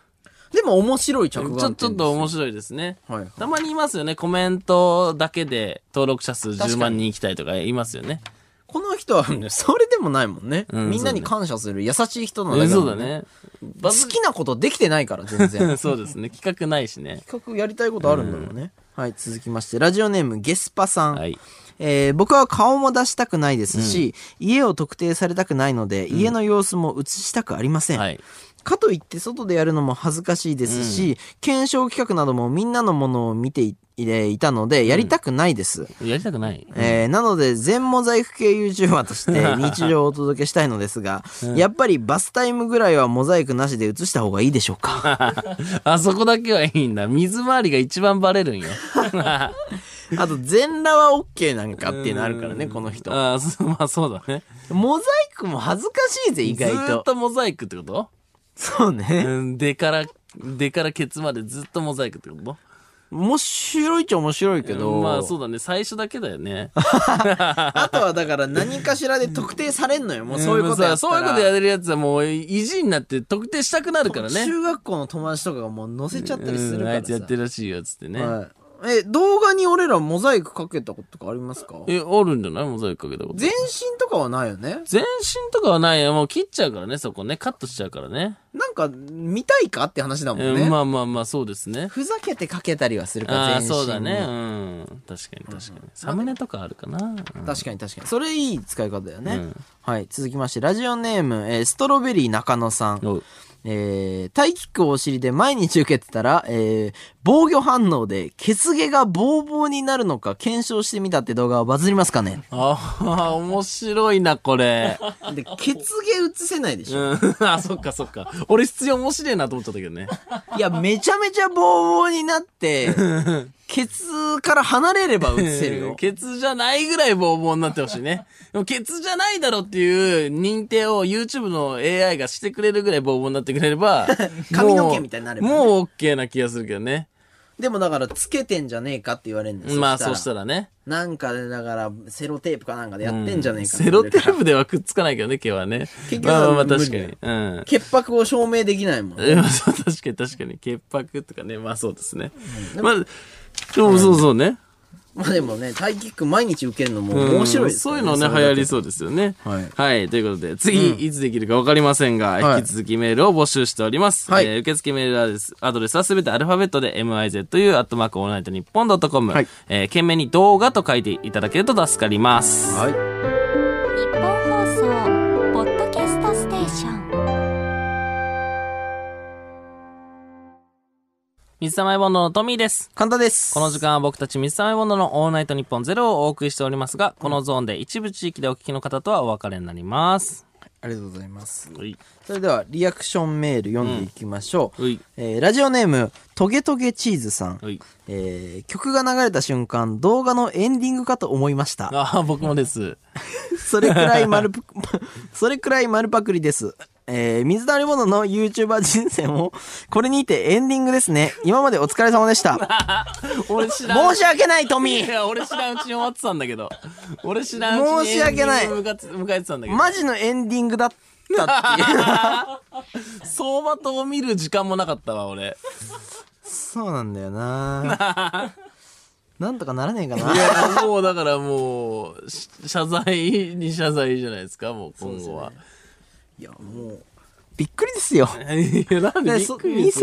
S2: でも面白い着
S1: ち
S2: 眼
S1: ょ
S2: 点です
S1: ちょっと面白いですね、
S2: はいはい
S1: たまにいますよね。コメントだけで登録者数10万人いきたいとかいますよね。
S2: この人は、ね、それでもないもんね、
S1: うん
S2: みんなに感謝する優しい人な
S1: うんん
S2: だ
S1: そうだ
S2: もん
S1: ね。バ
S2: 好
S1: ズ
S2: きなことできてないから、全 然。
S1: そうですね。企画ないしね。
S2: 企画やりたいことあるんだろうね。はい、続きまして、ラジオネーム、ゲスパさん。
S1: はい。
S2: えー僕は顔も出したくないですし、家を特定されたくないので、家の様子も映したくありません。
S1: はい。
S2: かといって外でやるのも恥ずかしいですし、検証企画などもみんなのものを見ていいたので、やりたくないです。
S1: やりたくない。
S2: えーなので全モザイク系 YouTuber として日常をお届けしたいのですが、やっぱりバスタイムぐらいはモザイクなしで映した方がいいでしょう か
S1: あそこだけはいいんだ。水回りが一番バレるん よ。
S2: あと全裸は OK なんかっていうのあるからねこの人
S1: ああ、そまあそうだね。
S2: モザイクも恥ずかしいぜ意
S1: ずー
S2: 外
S1: っ
S2: と
S1: とモザイクってこと
S2: そう
S1: う
S2: ね
S1: ん。でから、でからケツまでずっとモザイクってこと
S2: 面白いっちゃ面白いけど、
S1: まあそうだね。最初だけだよ ね。
S2: あとはだから何かしらで特定されんのよもうそういうことやった
S1: そう
S2: ら、
S1: いうことや
S2: る
S1: れるやつはもう意地になって特定したくなるからね。
S2: 中学校の友達とかがもう載せちゃったりする
S1: うん
S2: から
S1: あ
S2: さ、
S1: いつやってるらしいよ、つってね。
S2: はい、え動画に俺らモザイクかけたこととかありますか
S1: え、あるんじゃないモザイクかけたこと。
S2: 全身とかはないよね
S1: 全身とかはないよ。もう切っちゃうからね、そこね。カットしちゃうからね。
S2: なんか見たいかって話だも
S1: うんん
S2: ね、
S1: まあまあまあ、そうですね。
S2: ふざけてかけたりはするから
S1: ああ、
S2: 全身に
S1: そうだね。うん。確かに確かに。サムネとかあるかな。うん
S2: 確かに確かにそれいい使い方だよね、
S1: うん
S2: はい続きましてラジオネーム、えーストロベリー中野さん
S1: おう
S2: えー、タイキックをお尻で毎日受けてたら、えー、防御反応で血毛がボーボーになるのか検証してみたって動画はバズります かね
S1: ああ、面白いな、これ。
S2: で血毛映せないでし
S1: う
S2: ょ、
S1: ん。あ、そっかそっか。俺必要面白いなと思っちゃったけど ね。
S2: いやめちゃめちゃボーボーに なって血から離れれば映せる
S1: う
S2: よ。
S1: んケツじゃないぐらいボーボーになってほしいね。 でもケツじゃないだろっていう認定を YouTube の AI がしてくれるぐらいボーボーになってくれれば
S2: 髪の毛みたいになればね
S1: もうもう OK な気がするけどね。
S2: でもだから、つけてんじゃねえかって言われるんです
S1: まあそうした
S2: ら。
S1: らね。
S2: なんかで、だから、セロテープかなんかでやってんじゃねえかっ
S1: セ
S2: て言わ
S1: ロ
S2: れる
S1: テ
S2: から、
S1: ープではくっつかないけどね、毛はね。
S2: 結局
S1: まあまあまあ
S2: 無
S1: 確
S2: 理だ
S1: か
S2: よ
S1: に。うん。
S2: 潔白を証明できないもん。
S1: えまあそう確かに確かに。潔白とかね。まあそうですね。まあ、でもそうそうね。
S2: まあでもね、タイキック毎日受けるのも面白いです
S1: そう
S2: か
S1: い
S2: ら
S1: う
S2: ね、
S1: のね、
S2: れ
S1: 流
S2: だ
S1: 行
S2: け
S1: りそうですよね。
S2: はい
S1: ということで、次、いつできるかわかりませんが、
S2: はい
S1: 引き続きメールを募集しております。
S2: はい
S1: えー受付メールアドレスアドレスはすべてアルファベットで miz というアットマークオールナイトニッポンドットコム。
S2: はい
S1: えー、懸命に動画と書いていただけると助かります。
S2: はい。
S3: 日本放送ポッドキャストステーション
S1: 水溜りボンドのトミーです。
S2: 簡単です。
S1: この時間は僕たち水溜りボンドのオールナイトニッポンゼロをお送りしておりますが、このゾーンで一部地域でお聞きの方とはお別れになります。
S2: ありがとうございます。
S1: はい。
S2: それでは、リアクションメール読んでいきましょう。
S1: うんはい
S2: えーラジオネーム、トゲトゲチーズさん。
S1: はい。
S2: えー曲が流れた瞬間、動画のエンディングかと思いました。
S1: ああ、僕も です。
S2: それくらい丸ぷ、 それくらい丸パクリです。えー、水溜りボンドの YouTuber 人生も、これにてエンディングですね。今までお疲れ様でした。
S1: 俺知らん
S2: 申し訳ない、トミ
S1: い
S2: ー
S1: や、俺知らんうちに終わってたんだけど。俺知らんうちに。
S2: 申し訳ない
S1: 迎えて迎えてたんだけど。
S2: マジのエンディングだったって いう。
S1: 相馬灯を見る時間もなかったわ、俺。
S2: そうなんだよななんとかならねえか
S1: い
S2: な。
S1: や、 もうだからもう、し謝罪に謝罪じゃないですか、もう今後は。
S2: いや、もう、びっくりですよ。
S1: いや、なんで
S2: ね
S1: びっ
S2: そ
S1: く
S2: 2000
S1: り
S2: 人
S1: す
S2: と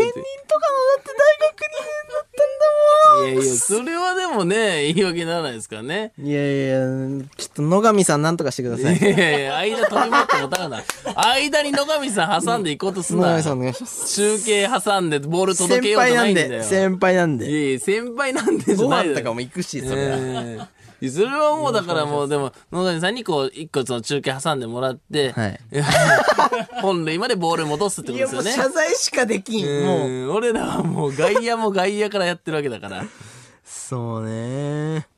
S1: るって
S2: かのだって大学
S1: いやいや、それはでもね、言い訳にならないですからね。
S2: になったんだもんいやいや、ちょっと野上さんなんとかしてくだ
S1: い
S2: さ
S1: や
S2: い。
S1: いやいや、間取り持ってもたかな。間に野上さん挟んでいこうとす
S2: 野
S1: な
S2: 上。さんお願いします。
S1: 中継挟んでボール届け
S2: 先
S1: よう
S2: 輩
S1: じゃ
S2: な
S1: ない
S2: ん
S1: んだ
S2: で、
S1: よ。
S2: 先輩なん
S1: い
S2: で。
S1: やいや、先輩なんでじ
S2: ど
S1: ゃ
S2: う
S1: ない
S2: なったかも行くし、それは。
S1: ええそれはもうだからもうでも野上さんにこう一個その中継挟んでもらって、
S2: はい
S1: や 本塁までボール戻すってことですよね。
S2: 罪しかでき
S1: ええ俺らはもう外野も外野からやってるわけだから。
S2: そうね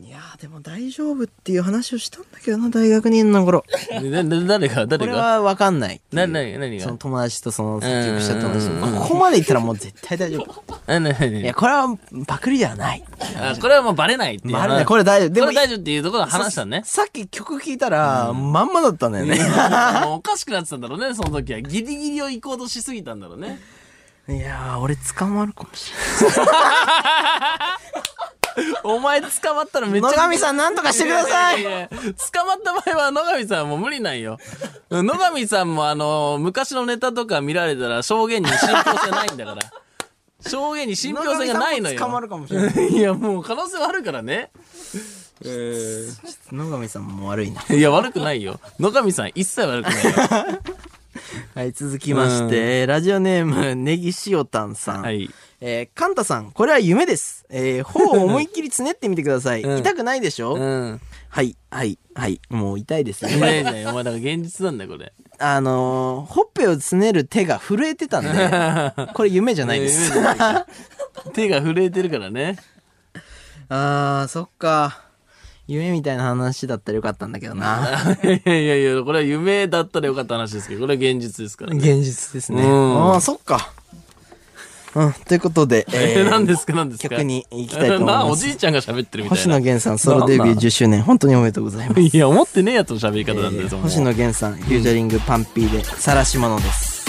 S2: いやーでも大丈夫っていう話をしたんだけどな大学2年の頃
S1: なな誰が
S2: こ
S1: 誰
S2: れ
S1: が
S2: は分かんない
S1: な何何
S2: その
S1: が
S2: 友達とその接触しちゃった話
S1: うんうんうんうん
S2: ここまでいったらもう絶対大丈夫
S1: な何何
S2: いやこれはパクリではない
S1: あこれはもうバレないっていう
S2: バレないこれ大丈夫で
S1: こ
S2: も
S1: れ大丈夫っていうところで話したのね。
S2: さっき曲聴いたらまんまだったんだよね
S1: もうおかしくなってたんだろうね、その時は。ギリギリを行こうとしすぎたんだろうね。
S2: いやー俺捕まるかもし
S1: お前捕まったらめ
S2: れ
S1: っちゃ
S2: ない野上さんなんとかしてください
S1: ややや捕まった場合は野上さんはもう無理なんよ。野上さんもあの、昔のネタとか見られたら証言に信憑性ないんだから。証言に信憑性がないの
S2: 野上さんも捕まる
S1: よ。
S2: かもしれない
S1: いや、もう可能性はあるからね。えー
S2: 野上さんも悪いない
S1: や、悪くないよ。野上さん一切悪くないよ。
S2: はい、続きまして、ラジオネーム、ネギしおたんさん。
S1: はい。
S2: えー、カンタさん、これは夢です。えー、頬を思いっきりつねってみてください。
S1: うん
S2: 痛くないでしょ、
S1: うん。
S2: はい、はい、はい。もう痛いです
S1: いやい
S2: ね。
S1: やいやお前だから現実なんだよ、これ。
S2: あのー、ほっぺをつねる手が震えてたんで、これ夢じゃないです。
S1: 夢じゃない手が震えてるからね。
S2: あー、そっか。夢みたいな話だったらよかったんだけどな。
S1: いやいやいや、これは夢だったらよかった話ですけど、これは 現実ですからね。
S2: 現実ですね。
S1: うん
S2: あー、そっか。うん、ということで、
S1: え
S2: え
S1: ー、
S2: ー、
S1: 何ですか何ですか
S2: 曲に行きたいと 思い
S1: な
S2: ま
S1: あ
S2: す。
S1: おじいちゃんが喋ってるみたい
S2: 星
S1: な
S2: 野。源さんソロデビュー10周年本当におめでとうございます、
S1: いや、思ってねえやつの喋り方なんだよ、そんな
S2: 星野源さんフューチャリングパンピーで「晒し者」です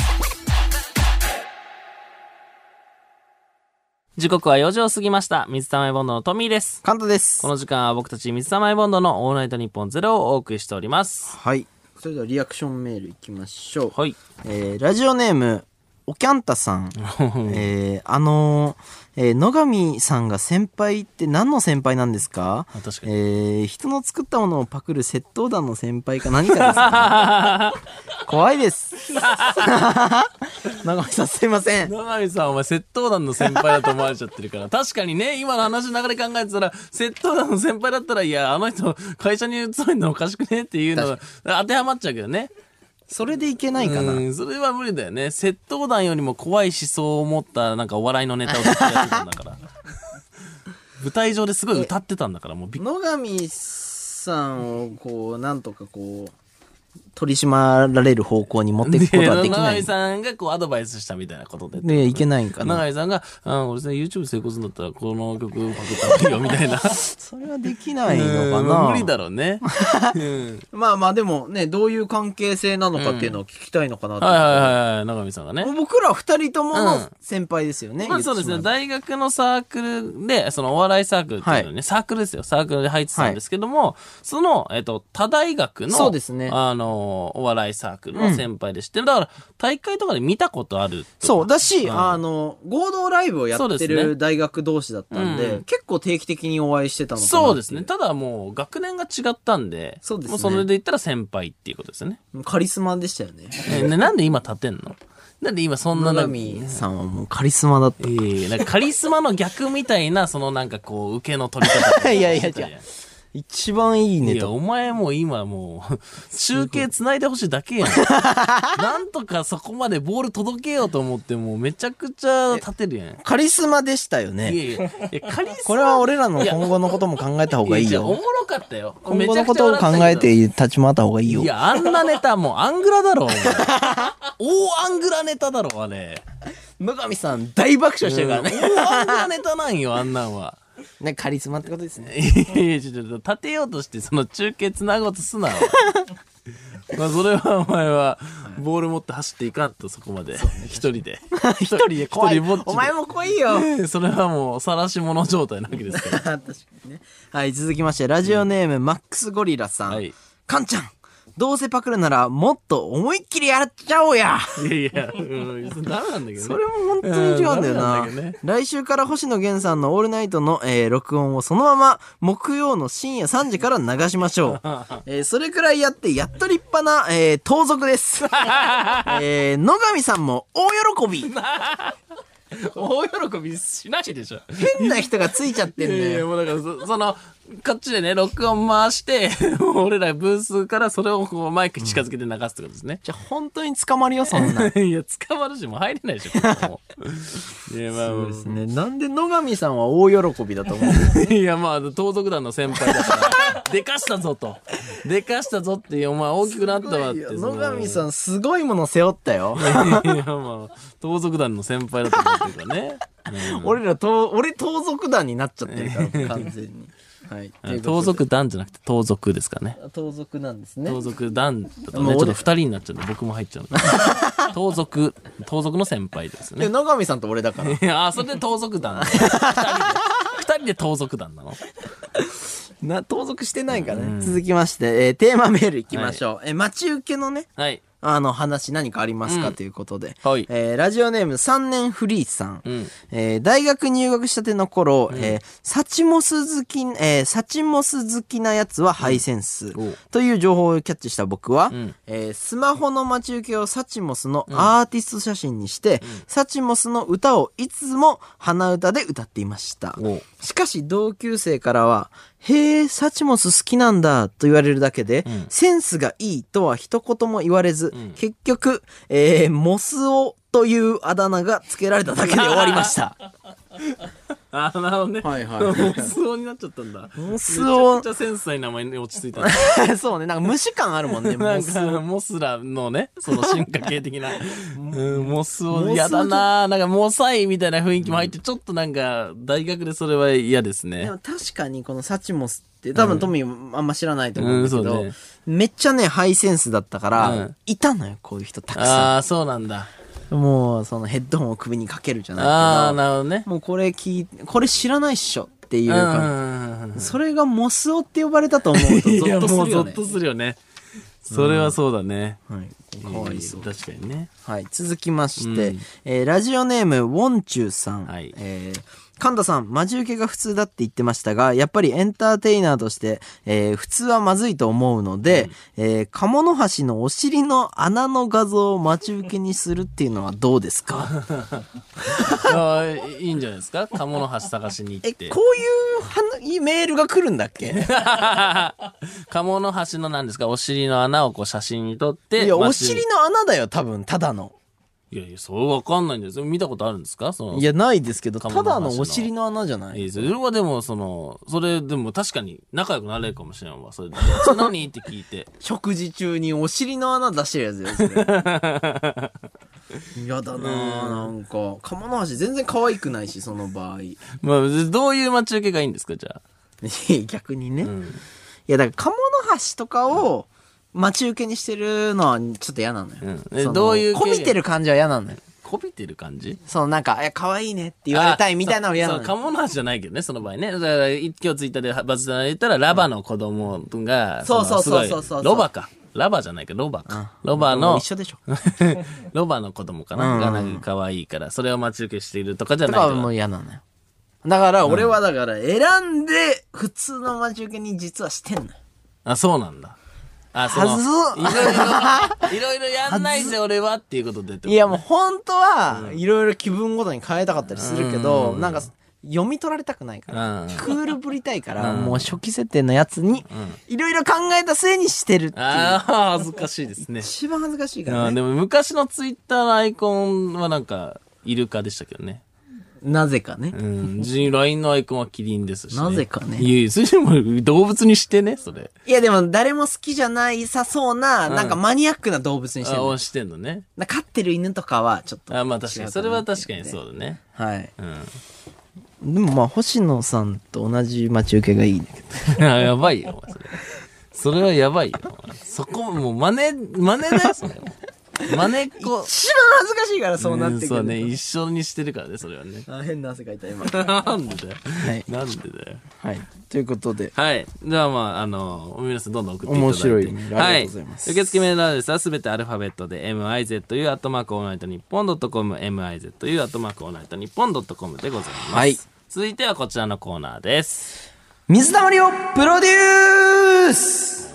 S1: 時刻は4時を過ぎました。水溜りボンドのトミーです。
S2: カンタです
S1: この時間は僕たち水溜りボンドのオールナイトニッポンゼロをお送りしております。
S2: はいそれではリアクションメールいきましょう、
S1: はい。
S2: えーラジオネームおきゃんたさ んえー、あのーえー野上さんが先輩って何の先輩なんですか
S1: あ確か
S2: え
S1: に
S2: ー、人の作ったものをパクる窃盗団の先輩か何かですか 怖いです 野上さんすいません
S1: 長見さん、お前、窃盗団の先輩だと思われちゃってるから。確かにね、今の話の流れ考えてたら、窃盗団の先輩だったら、いや、あの人、会社に勤めるのおかしくねっていうのが当てはまっちゃうけどね。
S2: それでいけないかな、
S1: うん、それは無理だよね。窃盗団よりも怖い思想を持った、なんかお笑いのネタをずっとやってたんだ から。舞台上ですごい歌ってたんだから、もうびっ
S2: 野上さんをこうなんとかこう取り締まられる方向に持っていくことはで
S1: で、
S2: きな
S1: 長井
S2: い。
S1: さんがこうアドバイスしたみたいなことで。
S2: で、いけないんかな。
S1: 長井さんが、うん、俺さ、YouTube 成功するんだったら、この曲パクった方がいいよ、みたいな。
S2: それはでき ない
S1: うん
S2: の
S1: ま
S2: か
S1: あ
S2: な。
S1: 無理だろうね。うん
S2: まあまあでもね、どういう関係性なのかっていうのを聞きたいのかなって
S1: はいはいはいはい、長見さんがね。
S2: もう僕ら二人とも
S1: うん
S2: の先輩ですよね。
S1: まあそうですね。
S2: 言ってしま
S1: 大学のサークルで、そのお笑いサークルっていうのはね、サークルですよ。サークルで入ってたんですけども、その、えっと、他大学の、
S2: そうですね
S1: あの、お笑いサークルの先輩でして、だから、大会とかで見たことある。
S2: えばそう。だし、
S1: ん
S2: あの、合同ライブをや
S1: そう
S2: って
S1: ですね
S2: る大学同士だったんで、
S1: うん
S2: 結構定期的にお会いしてたのかなってい
S1: そうですね。。ただもう、学年が違ったんで、
S2: そうですね
S1: もうそれで言ったら先輩っていうことですよね。
S2: カリスマでしたよね。
S1: えねなんで今立てんのなんで今そんな
S2: 野
S1: な、
S2: 上さんはもうカリスマだっ
S1: えーなんかカリスマの逆みたいな、そのなんかこう、受けの取り方。
S2: た。いやいや いや。一番いい
S1: い
S2: ね
S1: や、
S2: と。
S1: お前もう今も う、中継繋いでほしいだけやん。なんとかそこまでボール届けようと思って、もうめちゃくちゃ立てるやん。
S2: カリスマでしたよ
S1: いや
S2: ね。
S1: いや、いやカリスマ
S2: これは俺らの今後のことも考えた方がいい
S1: やおも
S2: よ。
S1: ろかったよ。
S2: 今後のことを考えて
S1: い
S2: 立ち回った方がいいよ
S1: い。や、あんなネタもうアングラだろ、お前。大アングラネタだろ、あれ。
S2: 野上さん大爆笑してるからね。
S1: 大アングラネタなんよ、あんなんは。
S2: ね、カリスマってことですね。
S1: いやいや、ちょっと立てようとして、その中継つなごうとす な。お前まあ、それはお前は、ボール持って走っていかんと、そこまで。一人で。 一人で
S2: 怖い。
S1: ぼっちで
S2: お前も来いよ。
S1: それはもう、晒し者状態なわけですから。
S2: 確かにね。はい、続きまして、ラジオネーム、マックスゴリ ラさん。
S1: はい
S2: かんちゃん、どうせパクるなら、もっと思いっきりやっちゃおうや。
S1: いやいや、うん、それダメなんだけどね。
S2: それも本当に違うんだ
S1: うんダメ
S2: よな。
S1: なんだけどね
S2: 来週から星野源さんのオールナイトの、えー録音をそのまま、木曜の深夜3時から流しまし ょう。えーそれくらいやって、やっと立派な、えー盗 賊です。えー野上さんも大喜び。
S1: 大喜びしないでしょ。
S2: 変な人がついちゃってん
S1: い
S2: だ
S1: やいや、
S2: よ。
S1: もうだからそ、その、こっちでね、録音回して、 俺らブースからそれをこうマイクに近づけて流すってことですね。
S2: じゃ、本当に捕まるよ、そんな。
S1: いや、捕まるし、もう入れないでしょ、ここも いや、まあ、
S2: そうですね。なんで野上さんは大喜びだと思う
S1: いや、まあ、盗賊団の先輩だから、でかしたぞと。でかしたぞって いう、お前大きくなったわって。
S2: 野
S1: その
S2: 上さんすごいもの背負ったよ。
S1: いや、まあ、盗賊団の先輩だと思ってるからね。
S2: 俺らと、俺盗賊団になっちゃって るから、完全に。はい。と
S1: う
S2: い
S1: ん
S2: う
S1: 盗
S2: ことで。
S1: 賊団じゃなくて盗賊ですからね。
S2: 盗賊なんですね。
S1: 盗賊団だと
S2: もう
S1: ね、
S2: 俺
S1: ちょっと二人になっちゃうんで、僕も入っちゃうんで。盗賊、盗賊の先輩です
S2: で、
S1: ね。
S2: 野上さんと俺だから。
S1: いや、あ、それで盗賊団なの。二人で、二人で盗賊団なの。
S2: な、盗賊してないからね。続きまして、えーテーマメールいきましょう。えー待ち受けのね、
S1: はい。
S2: あの話何かありますか、ということで、
S1: はい
S2: えーラジオネーム3年フリーさん、
S1: ん
S2: えー大学入学したての頃、えーサチモス好き、えーサチモス好きなやつはハイセンス、
S1: んおう
S2: という情報をキャッチした僕は、
S1: ん
S2: えースマホの待ち受けをサチモスのアーティスト写真にして、サチモスの歌をいつも鼻歌で歌っていました
S1: おう
S2: しかし同級生からは、へえ、サチモス好きなんだと言われるだけで、
S1: ん
S2: センスがいいとは一言も言われず、
S1: ん
S2: 結局、えーモスオというあだ名が付けられただけで終わりました。
S1: あ、なるほどね。
S2: はい はい
S1: モスオになっちゃったんだ。
S2: モスオ
S1: めちゃくちゃセンスない名前に落ち着いたね
S2: そう ね、なんか無視感あるもんね、
S1: な
S2: モ
S1: ん
S2: ス
S1: か、モスラのね、その進化系 的な。うん、モス
S2: モス
S1: を、
S2: オ
S1: 嫌だなぁなんか、モサイみたいな雰囲気も入って、ちょっとなんか、大学でそれは嫌です
S2: で
S1: ね
S2: も。確かにこのサチモスって、多分トミーもあんま知らないと思うんだけ
S1: うん
S2: ど、
S1: そうね
S2: めっちゃね、ハイセンスだったから、
S1: うん
S2: いたのよ、こういう人たくさ
S1: ああ、そうなんだ。
S2: ん。もう、そのヘッドホンを首にかけるじゃないけど、
S1: ああ、なるほどね。
S2: もうこれ聞いこれ知らないっしょっていう
S1: うん
S2: か、
S1: うん
S2: それがモスオって呼ばれたと思うと
S1: い
S2: ゾ
S1: や、
S2: ッとす
S1: もう
S2: る
S1: ゾ
S2: よ
S1: ッ
S2: ね
S1: と。するよね。それはそうだね。
S2: はい、かわいそう。
S1: 確かにね。
S2: はい、続きまして、
S1: うん
S2: えーラジオネーム、ウォンチューさん。
S1: はい
S2: えー神田さん、待ち受けが普通だって言ってましたが、やっぱりエンターテイナーとして、えー普通はまずいと思うので、えー鴨の橋のお尻の穴の画像を待ち受けにするっていうのはどうで すか
S1: ああ、いいんじゃないですか鴨の橋探しに行
S2: え、
S1: って。
S2: こういうはメールが来るんだっ け
S1: 鴨の橋の何ですかお尻の穴をこう写真に撮って。
S2: いや、お
S1: 街に
S2: 尻の穴だよ、多分、ただの。
S1: いやいや、それわかんないんですよ。見たことあるんですかその。
S2: いや、ないですけど、
S1: カ
S2: た
S1: モの話の
S2: だのお尻の穴じゃない
S1: い
S2: い
S1: ですよ。それはでも、その、それでも確かに仲良くなれるかもしれんわ。それで。 それ何って聞いて。
S2: 食事中にお尻の穴出してるやつですね。 嫌だなぁ、なんか。鴨の橋全然可愛くないし、その場合。い
S1: まあ、どういう待ち受けがいいんですか、じゃあ。
S2: や 逆にね。
S1: う
S2: い
S1: ん。
S2: や、だから鴨の橋とかを待ち受けにしてるのはちょっと嫌なのよ。
S1: うんえ
S2: その
S1: どういう系
S2: こびてる感じは嫌なのよ。
S1: こびてる感じ
S2: そのなんか、え、可愛いねって言われたいみたいなのは嫌な
S1: そう
S2: の
S1: そう
S2: よ。
S1: 鴨の橋じゃないけどね、その場合ね。だから、今日ツイッターでバズったの言ったら、ラバの子供が、
S2: そうそう
S1: のすごい
S2: そうそうそうそう
S1: ロバか。ラバじゃないけど、ロバか。ロバの
S2: 一、緒でしょ。
S1: ロバの子供かな、
S2: うん
S1: がなんか可愛いから、それを待ち受けしているとかじゃ
S2: と
S1: ないか
S2: かはも
S1: ら
S2: う嫌なのよ。だから、俺はだから、選んで、普通の待ち受けに実はしてんのよ。
S1: あ、そうなんだ。あ、そ
S2: はず
S1: の、いろいろ、いろいろやんないぜ、俺はっていうことでってこと
S2: いやもう本当はいろいろ気分ごとに変えたかったりするけど、なんか読み取られたくないから、
S1: うん
S2: クールぶりたいから、もう初期設定のやつにいろいろ考えたせいにしてるっていう。
S1: ああ、恥ずかしいです ね。
S2: 一番恥ずかしいか
S1: あ
S2: ら
S1: ー
S2: ね。
S1: でも昔のツイッターのアイコンはなんか、イルカでしたけどね。
S2: なぜかね
S1: う。 ん。じ LINE のアイコンはキリンですし、ね。
S2: なぜかね
S1: いやいや、それでも動物にしてね、それ。
S2: いやでも誰も好きじゃないさそうな、なんかマニアックな動物にして
S1: あ
S2: る。
S1: 押してんのね。
S2: な飼ってる犬とかはちょっと。
S1: あまあ確かに。それは確かに
S2: う。
S1: そうだね。
S2: はい。
S1: うん。
S2: でもまあ星野さんと同じ待ち受けがいいんだけ ど。
S1: あやばいよ、お前それ。それはやばいよ。お前そこ、もう真似、真似だよ、それ。真似っこ。
S2: 一番恥ずかしいからそうなってくる。。
S1: そうね、一緒にしてるからね、それはね
S2: あ変な汗かいた今。
S1: なんでだよ。
S2: はい
S1: なんでだよ。
S2: はい。ということで。
S1: はい。ではまあ、あの、皆さんどんどん送っていただいて。
S2: 面白いメールありがとうございます
S1: は受付メールアドレスはすべてアルファベットで、mizu、アットマークオールナイトニッポンドットコム、mizu、アットマークオールナイトニッポンドットコムでございます。
S2: はい
S1: 続いてはこちらのコーナーです。
S2: 水溜りをプロデュース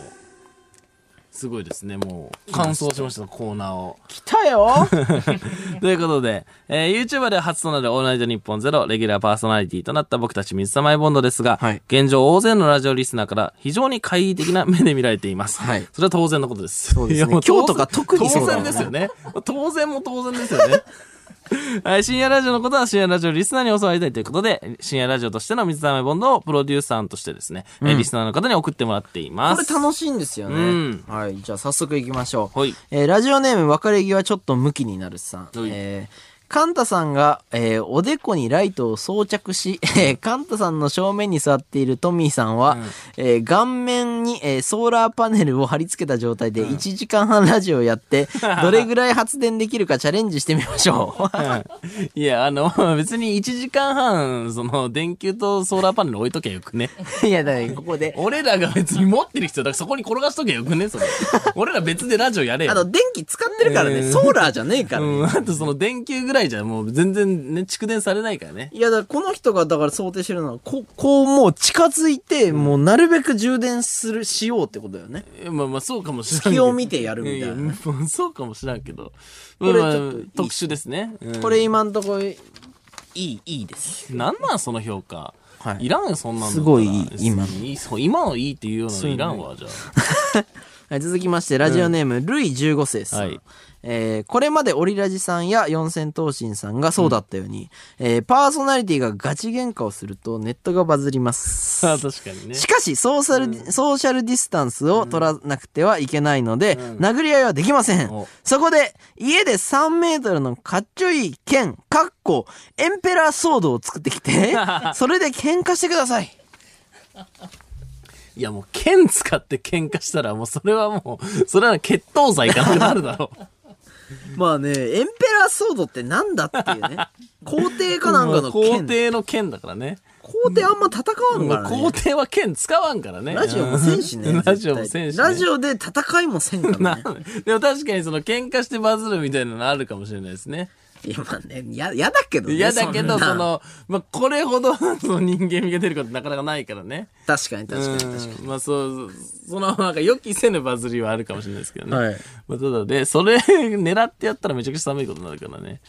S1: すごいですね、もう、完走しました、コーナーを。
S2: 来たよ
S1: ということで、えー、YouTuber で初となるオールナイトニッポンゼロ、レギュラーパーソナリティとなった僕たち水溜りボンドですが、
S2: はい
S1: 現状大勢のラジオリスナーから非常に懐疑的な目で見られています。
S2: はい
S1: それは当然のことです。
S2: そうですね
S1: いやも
S2: 今日とか特にそうだ
S1: 当然ですよね。当然も当然ですよね。 はい、深夜ラジオのことは深夜ラジオリスナーに教わりたいということで、深夜ラジオとしての水溜りボンドをプロデューサーとしてですね、えーリスナーの方に送ってもらっていま
S2: こ
S1: す。
S2: れ楽しいんですよね。
S1: うん
S2: はい。じゃあ早速行きましょう。
S1: はい
S2: えーラジオネーム別れ際ちょっとムキになるさん。
S1: はい
S2: えーカンタさんが、えーおでこにライトを装着し、えーカンタさんの正面に座っているトミーさんは、えー顔面に、えーソーラーパネルを貼り付けた状態で1時間半ラジオをやって、 どれぐらい発電できるかチャレンジしてみましょう。
S1: いや、あの、 別に1時間半、その、電球とソーラーパネル置いときゃよくね。
S2: いや、だからここで、
S1: 俺らが別に持ってる必要だからそこに転がしとけばよくねそれ。俺ら別でラジオやれよ。
S2: あと、電気使ってるからね、
S1: うん
S2: ソーラーじゃねえから、ね
S1: うん、あとその電球ぐらいじゃもう全然ね、蓄電されないからね。
S2: いや、だからこの人がだから想定してるのは、こう、こうもう近づいて、もうなるべく充電する、しようってことだよね。
S1: えまあまあそうかもしれんけど。
S2: 隙を見てやるみたいな
S1: ややもうそうかもしれんけど。
S2: こ
S1: ま
S2: れ
S1: あまあ
S2: ちょっといい
S1: 特殊ですね。うん
S2: これ今んとこ、いい、いいです。
S1: なんなんその評価。
S2: はい
S1: い、らんよ、そんなの。
S2: すごいいい今の
S1: いいそう今のいいっていうようなのいらんわ、じゃあ。
S2: はい、続きまして、ラジオネーム、ルイ15世さん。
S1: はい
S2: えーこれまでオリラジさんや四千頭身さんがそうだったように、えーパーソナリティがガチ喧嘩をするとネットがバズります。
S1: あ 確かにね。
S2: しかし、ソーシャル、ソーシャルディスタンスを取らなくてはいけないので、殴り合いはできません
S1: お。
S2: そこで、家で3メートルのかっちょいい剣、かっこ、エンペラーソードを作ってき て、それで喧嘩してください。
S1: いやもう剣使って喧嘩したらもうそれはもう、それは決闘罪かなくなるだろう。
S2: まあね、エンペラーソードってなんだっていう ね。皇帝かなんかの
S1: 皇
S2: 剣。皇帝
S1: 帝の剣だからね。
S2: あんま戦わんか
S1: まあ
S2: ら
S1: 皇
S2: ね。
S1: 帝は剣使わんからね。
S2: ラジオもせんし
S1: う
S2: ね
S1: ん。ラジオもせんし、ね。
S2: ラジオで戦いもせ んから ね。
S1: でも確かにその喧嘩してバズるみたいなのあるかもしれないですね。
S2: いや、まあね、や、やだけどね。
S1: 嫌だけど、
S2: んな
S1: そ、の、まあ、これほどその人間味が出ることなかなかないからね。
S2: 確かに確かに確かに。
S1: うんまあそう、そのなんか予期せぬバズりはあるかもしれないですけどね。
S2: はい
S1: まあただで、それ 狙ってやったらめちゃくちゃ寒いことになるからね。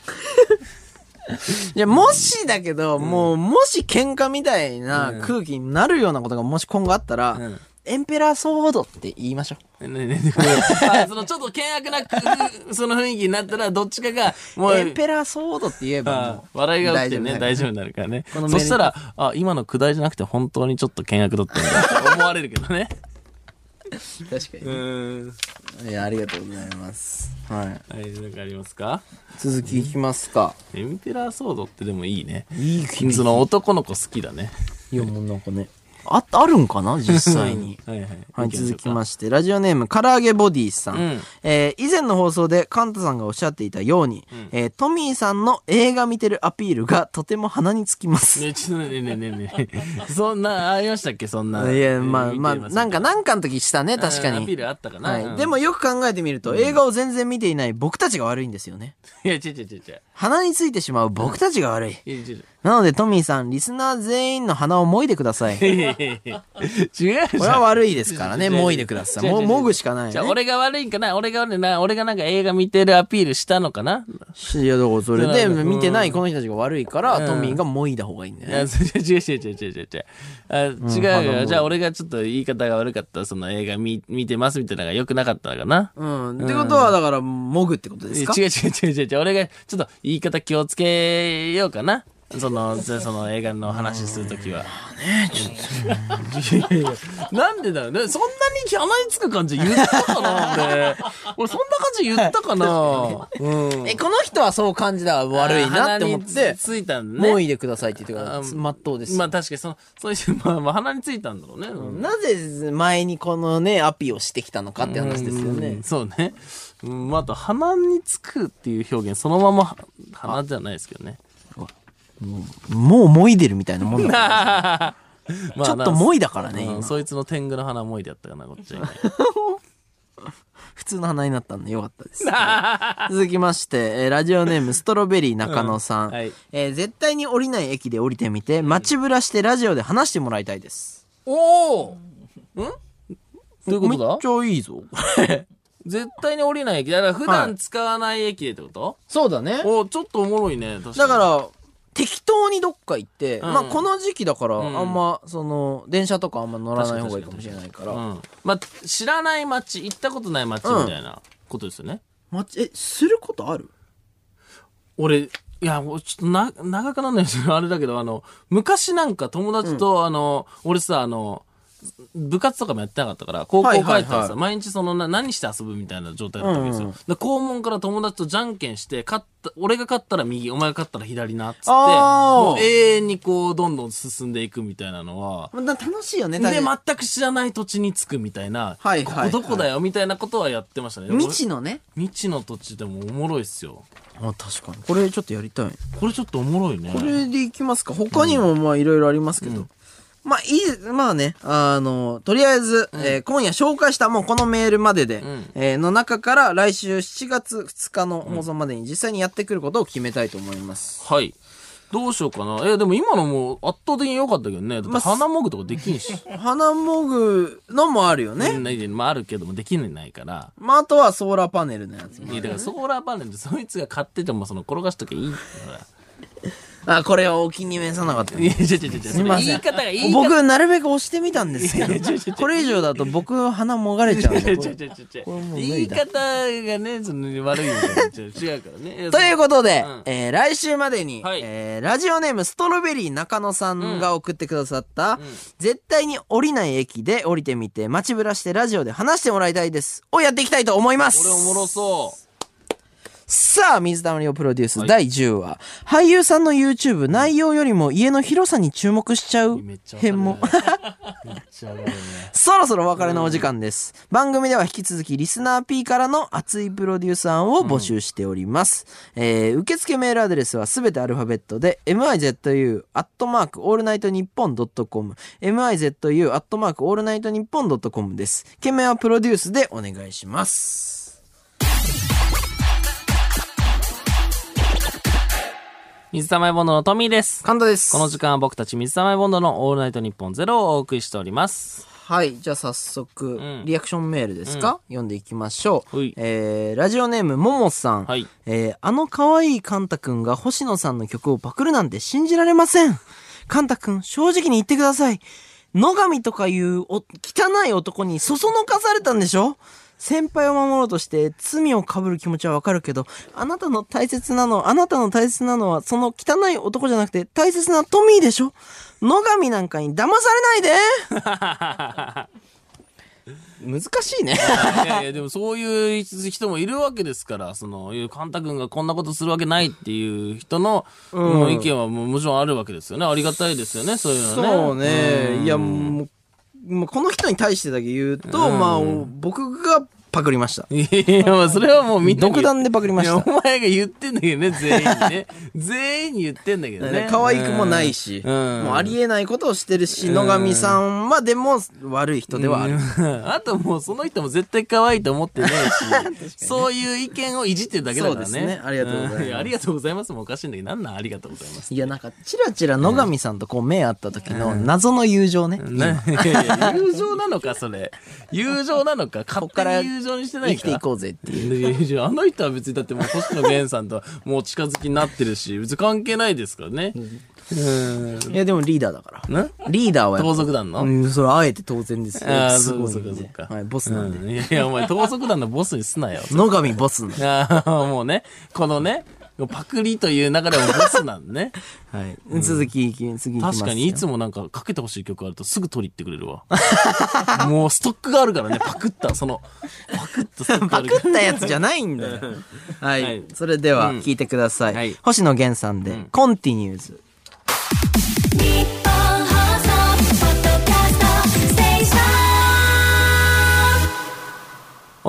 S2: いや、もしだけど、もう、もし喧嘩みたいな空気になるようなことがもし今後あったら、エンペラーソードって言いましょう。
S1: ねね ねあそのちょっと険悪なくその雰囲気になったら、どっちかが、もう、
S2: エンペラーソードって言えば
S1: あ
S2: もう
S1: 笑いが起きてね、
S2: 大
S1: 大
S2: 丈
S1: 丈夫になるからね。
S2: このメ
S1: そ
S2: ール
S1: したら、あ、今のくだりじゃなくて本当にちょっと険悪だったんだ。思われるけどね。
S2: 夫確かに、
S1: うん。
S2: いやありがとうございますはい
S1: はい、なんかありますか
S2: 続きいきますか
S1: エンペラーソードってでもいいね。
S2: いい響き
S1: その男の子好きだね。
S2: いやもうなんかねああるんかな実際に
S1: はいはい。
S2: はい、続きま
S1: し
S2: して、ラジオネーム、唐揚げボディさん。
S1: うん
S2: えー以前の放送で、カンタさんがおっしゃっていたように、えートミーさんの映画見てるアピールがとても鼻につきます。
S1: ね、ちょっとねねねね ね。そんな、ありましたっけそんな。
S2: いや、まあ
S1: 見て
S2: まあ、
S1: す
S2: なんか、なんかの時したね、確か
S1: うんアピー
S2: に。
S1: ルあったかな。
S2: は
S1: うん
S2: い。でも、よく考えてみると、映画を全然見ていない僕たちが悪いんですよね。
S1: いや、違う違う違う違う。
S2: 鼻についてしまう僕たちが悪い。
S1: いや 違う
S2: なので、トミーさん、リスナー全員の鼻をもいでください。
S1: いやいやいや違うじ
S2: これ
S1: ゃ
S2: は
S1: ん。
S2: 悪いですからね、
S1: 違う違う違う
S2: もいでくださ
S1: 違
S2: い。
S1: う違う
S2: も
S1: 違う
S2: もぐしかな い
S1: じゃ
S2: よ
S1: あ、
S2: ね。
S1: 俺が悪いんかな俺が悪いな俺がなんか映画見てるアピールしたのかない
S2: や、だからそれで、
S1: うん
S2: 見てないこの人たちが悪いから、
S1: うん
S2: トミーがもいだ方がいいんだよ
S1: い
S2: ね。
S1: や違う違う違う違う違う違う違う。あ違うよ。じゃあ、俺がちょっと言い方が悪かった、その映画見見てますみたいなのが良くなかったのかな
S2: うん。ってことは、だから、もぐってことですか
S1: 違う違う違う違う違う。俺がちょっと言い方気をつけようかな。その、ぜその映画の話するときは。ね ちょっと。いやいやいやなんでだろうね。そんなに鼻につく感じ言ったかな俺。俺そんな感じ言ったかなうん。
S2: え、この人はそう感じだ、 悪いなって思っ
S1: 鼻
S2: て
S1: につ、ついたんだね。
S2: もういでくださいって言ってから、
S1: あ
S2: まっとうです。
S1: まあ確かにその、 そういう、まあまあ鼻についたんだろうね。うん
S2: なぜ前にこのね、アピをしてきたのかって話ですよ
S1: う
S2: ね
S1: ん。そうね。うん、まああと鼻につくっていう表現、そのまま鼻じゃないですけど ね。
S2: もうもいでるみたいなもん だ。
S1: まあ
S2: ちょっともいだからね、
S1: うん
S2: 今。
S1: そいつの天狗の花もいでやったかな、こ っちはね。
S2: 普通の花になったんでよかった です。続きまして、えーラジオネームストロベリー中野さん。
S1: うんはい
S2: えー絶対に降りない駅で降りてみて、街ぶらしてラジオで話してもらいたいです。
S1: おおんどういうことだ
S2: めっちゃいいぞ。
S1: 絶対に降りない駅。だから普段使わない駅でってこと、
S2: そうだね。
S1: おおちょっとおもろいね。確かに。
S2: だから、適当にどっか行って、
S1: ん
S2: まあこの時期だから、
S1: ん
S2: あんま、その、電車とかあんま乗らない方がいいかもしれないから。
S1: うん。まあ、知らない街、行ったことない街みたいなことですよね。
S2: 街、え、することある
S1: 俺、いや、もうちょっとな、長くなんないですよあれだけど、あの、昔なんか友達と、あの、俺さ、あの、部活とかもやってなかったから、高校帰ったらさ、
S2: はいはいはい
S1: 毎日そのな、何して遊ぶみたいな状態だったわけですよ。
S2: うんうん
S1: で、校門から友達とじゃんけんして、勝った、俺が勝ったら右、お前が勝ったら左な、つって、
S2: あー
S1: もう永遠にこう、どんどん進んでいくみたいなのは、
S2: まあだ楽しいよね、
S1: で、
S2: だから
S1: 全く知らない土地に着くみたいな、
S2: はいはいはい
S1: ここどこだよみたいなことはやってましたね。
S2: 未知のね。
S1: 未知の土地でもおもろいっすよ。
S2: あ、確かに。これちょっとやりたい。
S1: これちょっとおもろいね。
S2: これでいきますか。他にもまあいろいろありますけど。まあいい、まあね、あの、とりあえず、えー今夜紹介したもうこのメールまでで、
S1: ん
S2: えーの中から来週7月2日の放送までに実際にやってくることを決めたいと思います。
S1: はい。どうしようかな。え、でも今のもう圧倒的に良かったけどね。だって
S2: まあ
S1: 鼻もぐとかできん し。
S2: 花もぐのもあるよね。
S1: ね、まああるけどもできないから。
S2: まああとはソーラーパネルのやつも。
S1: いや、だからソーラーパネルそいつが買っててもその転がしとけ いい。ほら
S2: あ、これはお気に召さなかった。
S1: いや、ちょちょちょちょ、それ
S2: ません
S1: 言い方がいい。
S2: 僕、なるべく押してみたんですけど、これ以上だと僕、鼻もがれちゃうん
S1: ちょ
S2: で。
S1: ち
S2: と
S1: ょちょちょちょ
S2: これもう無
S1: 言い
S2: 理だ
S1: 方がね、その悪いみたいなちょ違うからね。
S2: いう ことで、
S1: うん
S2: えー来週までに、
S1: はい
S2: えーラジオネームストロベリー中野さんが送ってくださった、絶対に降りない駅で降りてみて、街ぶらしてラジオで話してもらいたいです。をやっていきたいと思います。
S1: これおもろそう。
S2: さあ、水溜りをプロデュース第10話、俳優さんの YouTube 内容よりも家の広さに注目しちゃう
S1: めっちゃわかる
S2: 編も。
S1: ちゃうね。
S2: そろそろお別れのお時間です。番組では引き続きリスナー P からの熱いプロデューサーを募集しております。えー受付メールアドレスはすべてアルファベットで、mizu アットマークオールナイトニッポンドットコム、mizu アットマークオールナイトニッポンドットコムです。件名はプロデュースでお願いします。
S1: 水溜りボンドのトミーです。
S2: 神田です。
S1: この時間は僕たち水溜りボンドのオールナイトニッポンゼロをお送りしております。
S2: はい。じゃあ早速、
S1: ん
S2: リアクションメールですか、読んでいきましょう
S1: ほい。
S2: えー、ラジオネーム、ももさん。
S1: はい
S2: えー、あの可愛いカンタくんが星野さんの曲をパクるなんて信じられません。カンタくん、正直に言ってください。野上とかいうお汚い男にそそのかされたんでしょ先輩を守ろうとして罪を被る気持ちはわかるけど、あなたの大切なの、あなたの大切なのはその汚い男じゃなくて大切なトミーでしょ野上なんかに騙されないで 難しいね。
S1: いやいや、でもそういう人もいるわけですから、その、いうカンタ君がこんなことするわけないっていう人の、もう意見はもうもちろんあるわけですよね。ありがたいですよね、そういうのはね。
S2: そうね。いや、もう、もうこの人に対してだけ言うと、まあ、お僕がパクりました。
S1: いや、まあそれはもうみんなに
S2: 独断でパクりました
S1: いやお前が言ってんだけどね、全員にね。 全員に言ってんだけどね。
S2: 可愛くもないし、
S1: うん
S2: もうありえないことをしてるし、野上さんはでも悪い人ではある。
S1: うんあともうその人も絶対可愛いと思 ってないし、そういう意見をいじってるだけだからね。
S2: そうですねありがとうございます
S1: んやありがとうございますもおかしいんだけど、なんなんありがとうございます。
S2: いや、なんか、チラチラ野上さんとこう目合った時の謎の友情ね。
S1: ないやいや 友情なのか、それ。友情なのか、勝
S2: こっか
S1: 手
S2: ら
S1: に友情にしてない
S2: 生
S1: か。
S2: きていこうぜっていう。
S1: いやあの人は別にだってもう星野源さんとはもう近づきになってるし、別に関係ないですからね。うん。
S2: いや、でもリーダーだから。
S1: な
S2: リーダーはやっぱ
S1: 盗賊団の、
S2: うん、それあえて当然です
S1: あ
S2: よ。
S1: あ、
S2: す
S1: そう
S2: ご
S1: か
S2: い
S1: そうか
S2: ん
S1: そう
S2: で
S1: か。
S2: はい、ボスなんで。
S1: うんいやいや、お前、盗賊団のボスにすなよ。
S2: 野上ボスなんで。
S1: ああ、もうね、このね、パクリという中でもボスなんでね。
S2: はい。続き、次行きますよ。
S1: 確かにいつもなんかかけてほしい曲あるとすぐ取りってくれるわ。 もうストックがあるからね、パクった、その、パクったストックあ
S2: パ
S1: る
S2: ク
S1: か
S2: ったやつじゃないんだよ。はい、
S1: はい
S2: それでは
S1: うん
S2: 聞いてください。
S1: はい
S2: 星野源さんで、コンティニューズ。
S3: 日本放送ポッドキャストステーション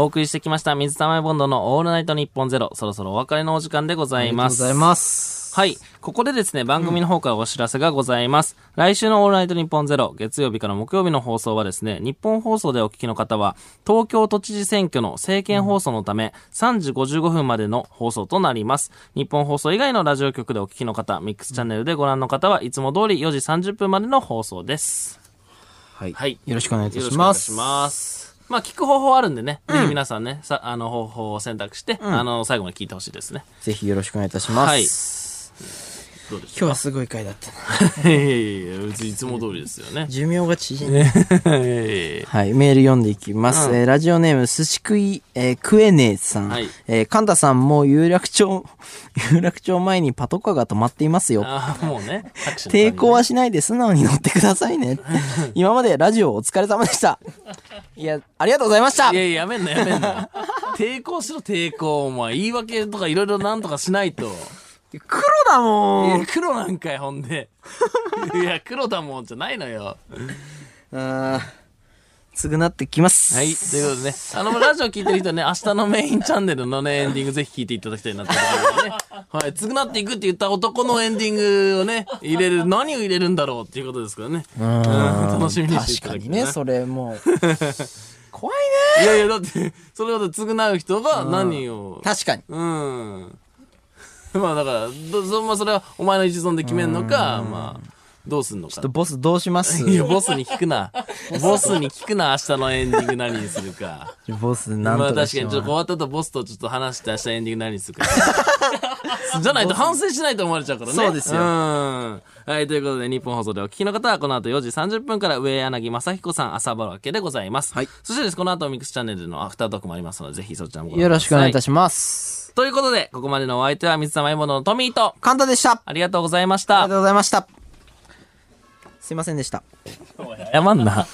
S1: お送りしてきました、水溜りボンドのオールナイトニッポンゼロ、そろそろお別れのお時間でござ
S2: あ
S1: います。
S2: ございます。
S1: はい。ここでですね、番組の方からお知らせがございます。来週のオールナイトニッポンゼロ、月曜日から木曜日の放送はですね、日本放送でお聞きの方は、東京都知事選挙の政見放送のため、3時55分までの放送となります。日本放送以外のラジオ局でお聞きの方、ミックスチャンネルでご覧の方はいつも通り4時30分までの放送です。
S2: はい。
S1: はい
S2: よろしくお願いいた
S1: よろ
S2: し
S1: しくお願
S2: ま
S1: い
S2: す。
S1: します。まあ、聞く方法あるんでね、ぜひ皆さんね、さ、あの、方法を選択して、あの、最後まで聞いてほしいですね。
S2: ぜひよろしくお願いいたします。
S1: はいどうでしょう
S2: 今日はすごい回だった な。
S1: いやいやいや、別にいつも通りですよ ね。
S2: 寿命が縮んで。
S1: え
S2: はい、メール読んでいきます。えーラジオネーム、寿司食い、えー、クエネーさん。
S1: はい
S2: えー、カンタさんも有楽町、 有楽町前にパトカーが止まっていますよ。
S1: ああ、もうね。タクシーの代わりに
S2: 抵抗はしないで素直に乗ってくださ いね。今までラジオお疲れ様でした。いや、ありがとうございました
S1: いやいや、やめんな、やめんな。抵抗しろ、抵抗。お前、言い訳とかいろいろなんとかしないと。
S2: 黒だ
S1: い
S2: も
S1: や黒なんかい、ほん で。いや、黒だもんじゃないのよ。
S2: あー償ってきます。
S1: はい。ということでね、あの、ラジオ聞いてる人はね、明日のメインチャンネルのね、エンディングぜひ聞いていただきたいなって思いますね。はい。償っていくって言った男のエンディングをね、入れる、何を入れるんだろうっていうことですからね。うん楽しみにしてい
S2: 確
S1: た
S2: か
S1: だき
S2: に
S1: たい
S2: ね、
S1: な
S2: そ れもう。怖い
S1: いやいや、だって、それを償う人が何を
S2: ね。。確かに。
S1: うん。 まあだから、どそまあ、それはお前の一存で決めんのか、まあ、どうすんのか。
S2: ボスどうします
S1: いや、ボスに聞く な。ボスに聞くな、明日のエンディング何にするか。
S2: ボス なん
S1: まあ確か
S2: とか
S1: に、
S2: し
S1: ちょ
S2: ま
S1: っ
S2: す
S1: と終わったとボスとちょっと話して明日エンディング何にするか。 じゃないと反省しないと思われちゃうからね。
S2: そうですよ
S1: うん。はい、ということで、日本放送でお聞きの方は、この後4時30分から、上柳正彦さん、朝バロケでございます。
S2: はい
S1: そしてです、この後ミックスチャンネルのアフタートークもありますので、ぜひそちらもご覧
S2: よ
S1: くだ
S2: ろ
S1: さ
S2: しくお願いいた
S1: し
S2: します。
S1: ます。ということで、ここまでのお相手は、水溜りボンドのトミーと、
S2: カンタでした。
S1: ありがとうございまし
S2: ありが
S1: た
S2: と。うございました。すいませんでした。
S1: 謝んな。